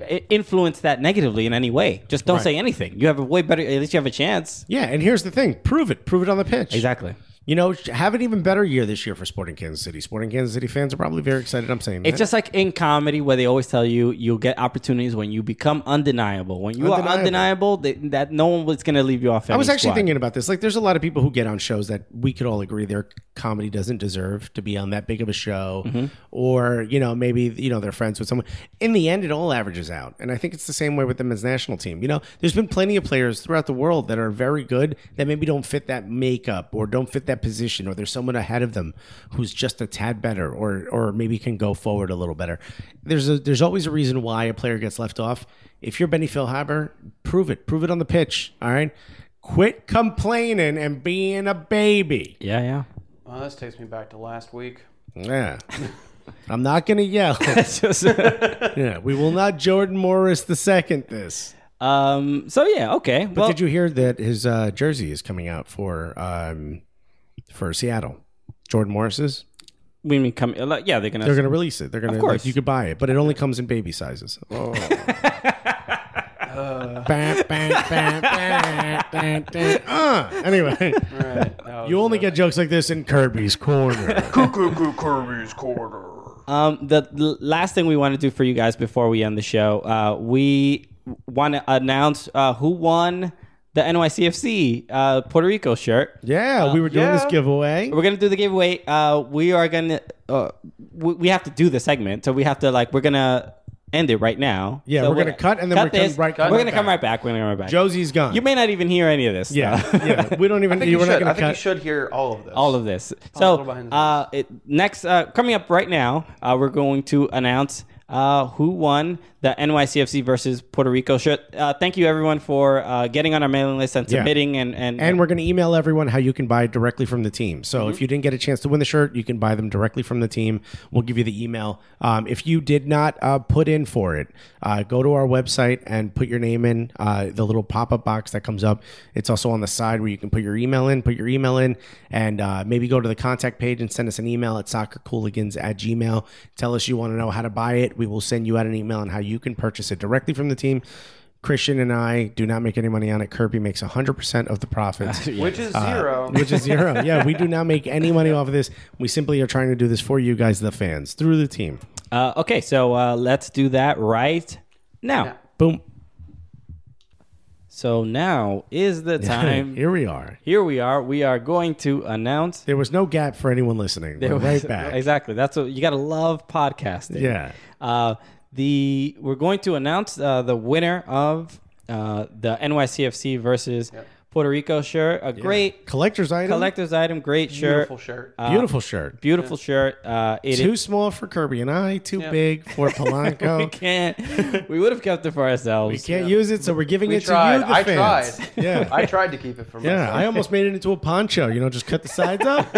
Speaker 2: uh, i- influence that negatively in any way? Just don't say anything. You have a way better at least you have a chance.
Speaker 1: yeah. And here's the thing: prove it, prove it on the pitch.
Speaker 2: Exactly.
Speaker 1: You know, have an even better year this year for Sporting Kansas City. Sporting Kansas City fans are probably very excited. I'm saying
Speaker 2: It's
Speaker 1: that.
Speaker 2: just like in comedy where they always tell you you'll get opportunities when you become undeniable. When you
Speaker 1: Undeniable.
Speaker 2: are undeniable, they, that no one was going to leave you off.
Speaker 1: I was actually thinking about this. Like, there's a lot of people who get on shows that we could all agree their comedy doesn't deserve to be on that big of a show, or you know, maybe you know they're friends with someone. In the end, it all averages out, and I think it's the same way with the men's national team. You know, there's been plenty of players throughout the world that are very good that maybe don't fit that makeup or don't fit that position, or there's someone ahead of them who's just a tad better, or or maybe can go forward a little better. There's a there's always a reason why a player gets left off. If you're Benny Philhaber, prove it. Prove it on the pitch. All right. Quit complaining and being a baby.
Speaker 2: Yeah, yeah.
Speaker 3: Well, Uh, this takes me back to last week.
Speaker 1: Yeah. I'm not going to yell.
Speaker 2: It's just-
Speaker 1: yeah, we will not Jordan Morris the second this.
Speaker 2: um. So yeah. Okay.
Speaker 1: But did you hear that his uh, jersey is coming out for um, for Seattle? Jordan Morris's.
Speaker 2: We mean come. like, Yeah, they're gonna.
Speaker 1: They're going to release it. They're going to. Of
Speaker 2: course.
Speaker 1: you could buy it, but it only comes in baby sizes. Oh. Bah, bah, bah, bah, bah, bah. Uh, anyway, you only get jokes like this in Kirby's Corner.
Speaker 2: Um, the l- last thing we want to do for you guys before we end the show, uh, we want to announce uh, who won the NYCFC uh, Puerto Rico shirt.
Speaker 1: Yeah, we were doing this
Speaker 3: yeah.
Speaker 1: giveaway.
Speaker 2: We're gonna do the giveaway. Uh, we are gonna. Uh, we, we have to do the segment, so we have to like. We're gonna end it right now.
Speaker 1: Yeah,
Speaker 2: So
Speaker 1: we're gonna cut and then we're gonna
Speaker 2: this.
Speaker 1: right- cut
Speaker 2: we're
Speaker 1: right
Speaker 2: gonna come
Speaker 1: back.
Speaker 2: right back. We're gonna come right back.
Speaker 1: Josie's gone.
Speaker 2: you may not even hear any of this.
Speaker 1: yeah,
Speaker 2: so.
Speaker 1: yeah. We don't even.
Speaker 3: I think,
Speaker 1: you
Speaker 3: you
Speaker 1: were not
Speaker 3: should.
Speaker 1: going
Speaker 3: I
Speaker 1: to
Speaker 3: think you
Speaker 1: cut.
Speaker 3: should hear all of this.
Speaker 2: all of this.
Speaker 3: a
Speaker 2: So
Speaker 3: little behind the
Speaker 2: uh, it, next, uh, coming up right now, uh, we're going to announce uh, who won the NYCFC versus Puerto Rico shirt. Uh, thank you everyone for uh, getting on our mailing list and
Speaker 1: Yeah.
Speaker 2: submitting and and,
Speaker 1: And we're going to email everyone how you can buy directly from the team. So if you didn't get a chance to win the shirt, you can buy them directly from the team. We'll give you the email. Um, if you did not uh, put in for it, uh, go to our website and put your name in uh, the little pop up box that comes up. It's also on the side where you can put your email in, put your email in, and uh, maybe go to the contact page and send us an email at soccercooligans at gmail. Tell us you want to know how to buy it. We will send you out an email on how you can purchase it directly from the team. Christian and I do not make any money on it. Kirby makes 100% of the profits.
Speaker 3: which is zero.
Speaker 1: Uh, Which is zero. Yeah, we do not make any money off of this. We simply are trying to do this for you guys, the fans, through the team.
Speaker 2: uh, okay, so uh, let's do that right now.
Speaker 1: Boom.
Speaker 2: So now is the time.
Speaker 1: Here we are.
Speaker 2: Here we are. We are going to announce.
Speaker 1: There was no gap for anyone listening. We're right back.
Speaker 2: Exactly. That's what you got to love podcasting.
Speaker 1: Yeah.
Speaker 2: Uh, the we're going to announce uh, the winner of uh, the NYCFC versus Puerto Rico shirt. A great
Speaker 1: Collector's item.
Speaker 2: collector's item. Great shirt.
Speaker 3: Beautiful shirt.
Speaker 1: Beautiful shirt.
Speaker 2: Beautiful shirt. Uh, it
Speaker 1: Too small for Kirby and I. Too big for Polanco.
Speaker 2: we can't. We would have kept it for ourselves.
Speaker 1: We can't use it, so we're giving
Speaker 3: we
Speaker 1: it
Speaker 3: tried.
Speaker 1: to you, the
Speaker 3: I
Speaker 1: fans.
Speaker 3: tried.
Speaker 1: Yeah.
Speaker 3: I tried to keep it for
Speaker 1: yeah,
Speaker 3: myself.
Speaker 1: I almost made it into a poncho. You know, just cut the sides up,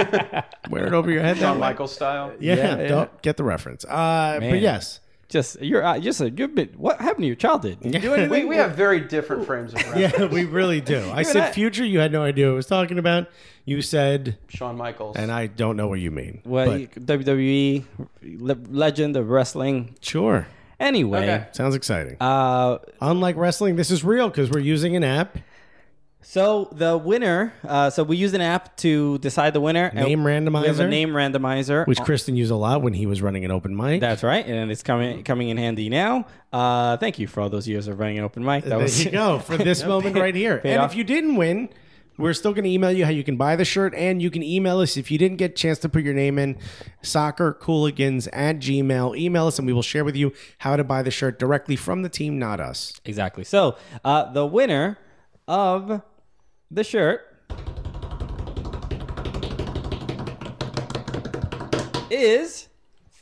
Speaker 1: wear it over your head. That
Speaker 3: John
Speaker 1: way.
Speaker 3: Michael style.
Speaker 1: Yeah,
Speaker 2: Yeah, yeah.
Speaker 1: don't get the reference. Uh,
Speaker 2: Man.
Speaker 1: but yes,
Speaker 2: Just you're uh, just a, you've been. What happened to your childhood? Did you do anything?
Speaker 3: We, we have very different frames of reference.
Speaker 1: yeah, we really do. I said
Speaker 2: I-
Speaker 1: future. You had no idea what I was talking about. You said,
Speaker 3: Shawn Michaels.
Speaker 1: and I don't know what you mean.
Speaker 2: Well,
Speaker 1: but
Speaker 2: you- WWE E, le- legend of wrestling.
Speaker 1: sure,
Speaker 2: Anyway,
Speaker 3: Okay.
Speaker 1: sounds exciting.
Speaker 2: uh,
Speaker 1: Unlike wrestling, this is real because we're using an app.
Speaker 2: so the winner. Uh, so we use an app to decide the winner. and
Speaker 1: Name randomizer?
Speaker 2: We have a name randomizer.
Speaker 1: Which Kristen used a lot when he was running an open mic.
Speaker 2: uh, That's right, and it's coming coming in handy now. Uh, thank you for all those years of running an open mic. That
Speaker 1: there
Speaker 2: was
Speaker 1: you go for this moment right here.
Speaker 2: Paid
Speaker 1: And
Speaker 2: off.
Speaker 1: if you didn't win, we're still going to email you how you can buy the shirt, and you can email us if you didn't get a chance to put your name in, soccercooligans at gmail. Email us, and we will share with you how to buy the shirt directly from the team, not us.
Speaker 2: exactly. So uh, the winner of the shirt is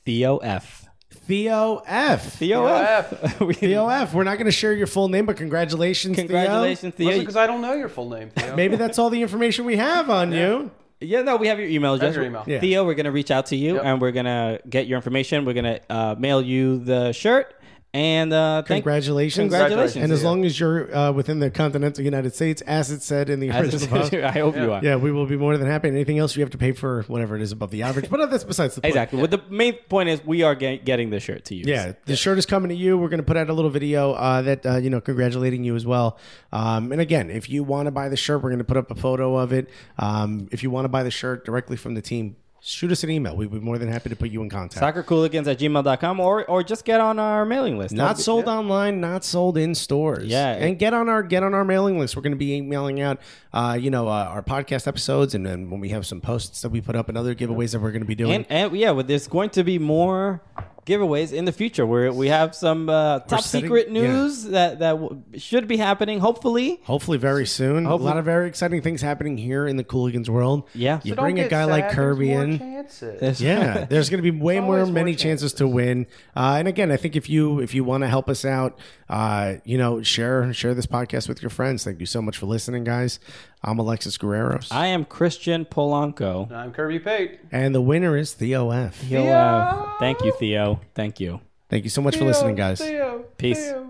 Speaker 2: Theo F.
Speaker 1: Theo F.
Speaker 2: Theo,
Speaker 3: F.
Speaker 2: F. We-
Speaker 1: Theo F. We're not going to share your full name, but congratulations, Theo.
Speaker 2: Congratulations, Theo.
Speaker 3: because I don't know your full name. Theo.
Speaker 1: Maybe that's all the information we have on you.
Speaker 2: Yeah, no, we have your email address.
Speaker 3: your email. Yeah.
Speaker 2: Theo, we're going to reach out to you
Speaker 3: Yep.
Speaker 2: and we're going to get your information. We're going to uh, mail you the shirt. And uh, thank-
Speaker 1: Congratulations.
Speaker 2: Congratulations.
Speaker 1: And as
Speaker 3: Yeah.
Speaker 1: long as you're uh, within the continental United States, as it said in the
Speaker 2: As it-
Speaker 1: original post,
Speaker 2: I hope you are.
Speaker 1: Yeah, we will be more than happy. Anything else you have to pay for, whatever it is above the average. But that's besides the point.
Speaker 2: Exactly. Well, the main point is we are get- getting the shirt to you.
Speaker 1: Yeah, the shirt is coming to you. We're going to put out a little video uh, that uh, you know, congratulating you as well. Um, and again, if you want to buy the shirt, we're going to put up a photo of it. Um, if you want to buy the shirt directly from the team, shoot us an email. We'd be more than happy to put you in contact.
Speaker 2: Soccercooligans at gmail.com or, or just get on our mailing list.
Speaker 1: not sold online, not sold in stores.
Speaker 2: Yeah.
Speaker 1: and get on our get on our mailing list. We're going to be emailing out, uh, you know, uh, our podcast episodes, and then when we have some posts that we put up and other giveaways that we're going to be doing.
Speaker 2: And, and yeah, well, there's going to be more giveaways in the future where we have some uh, top
Speaker 1: setting-
Speaker 2: secret
Speaker 1: yeah.
Speaker 2: news that, that w- should be happening, hopefully.
Speaker 1: Hopefully, very soon. A lot of very exciting things happening here in the Cooligans world.
Speaker 2: Yeah.
Speaker 1: you
Speaker 2: So
Speaker 3: Don't
Speaker 1: bring a
Speaker 3: get
Speaker 1: guy
Speaker 3: sad,
Speaker 1: like
Speaker 3: there's
Speaker 1: Kirby
Speaker 3: more
Speaker 1: in.
Speaker 3: chances.
Speaker 1: Yeah, there's going to be way more
Speaker 3: always more
Speaker 1: many
Speaker 3: chances.
Speaker 1: chances to win. Uh, and again, I think if you if you want to help us out, uh, you know, share share this podcast with your friends. Thank you so much for listening, guys. I'm Alexis Guerreros,
Speaker 2: I am Christian Polanco.
Speaker 3: I'm Kirby Pate.
Speaker 1: and the winner is Theo F.
Speaker 2: Theo. uh, Thank you, Theo. Thank you.
Speaker 1: Thank you so much for listening, guys.
Speaker 3: Theo.
Speaker 2: Peace.
Speaker 3: Theo.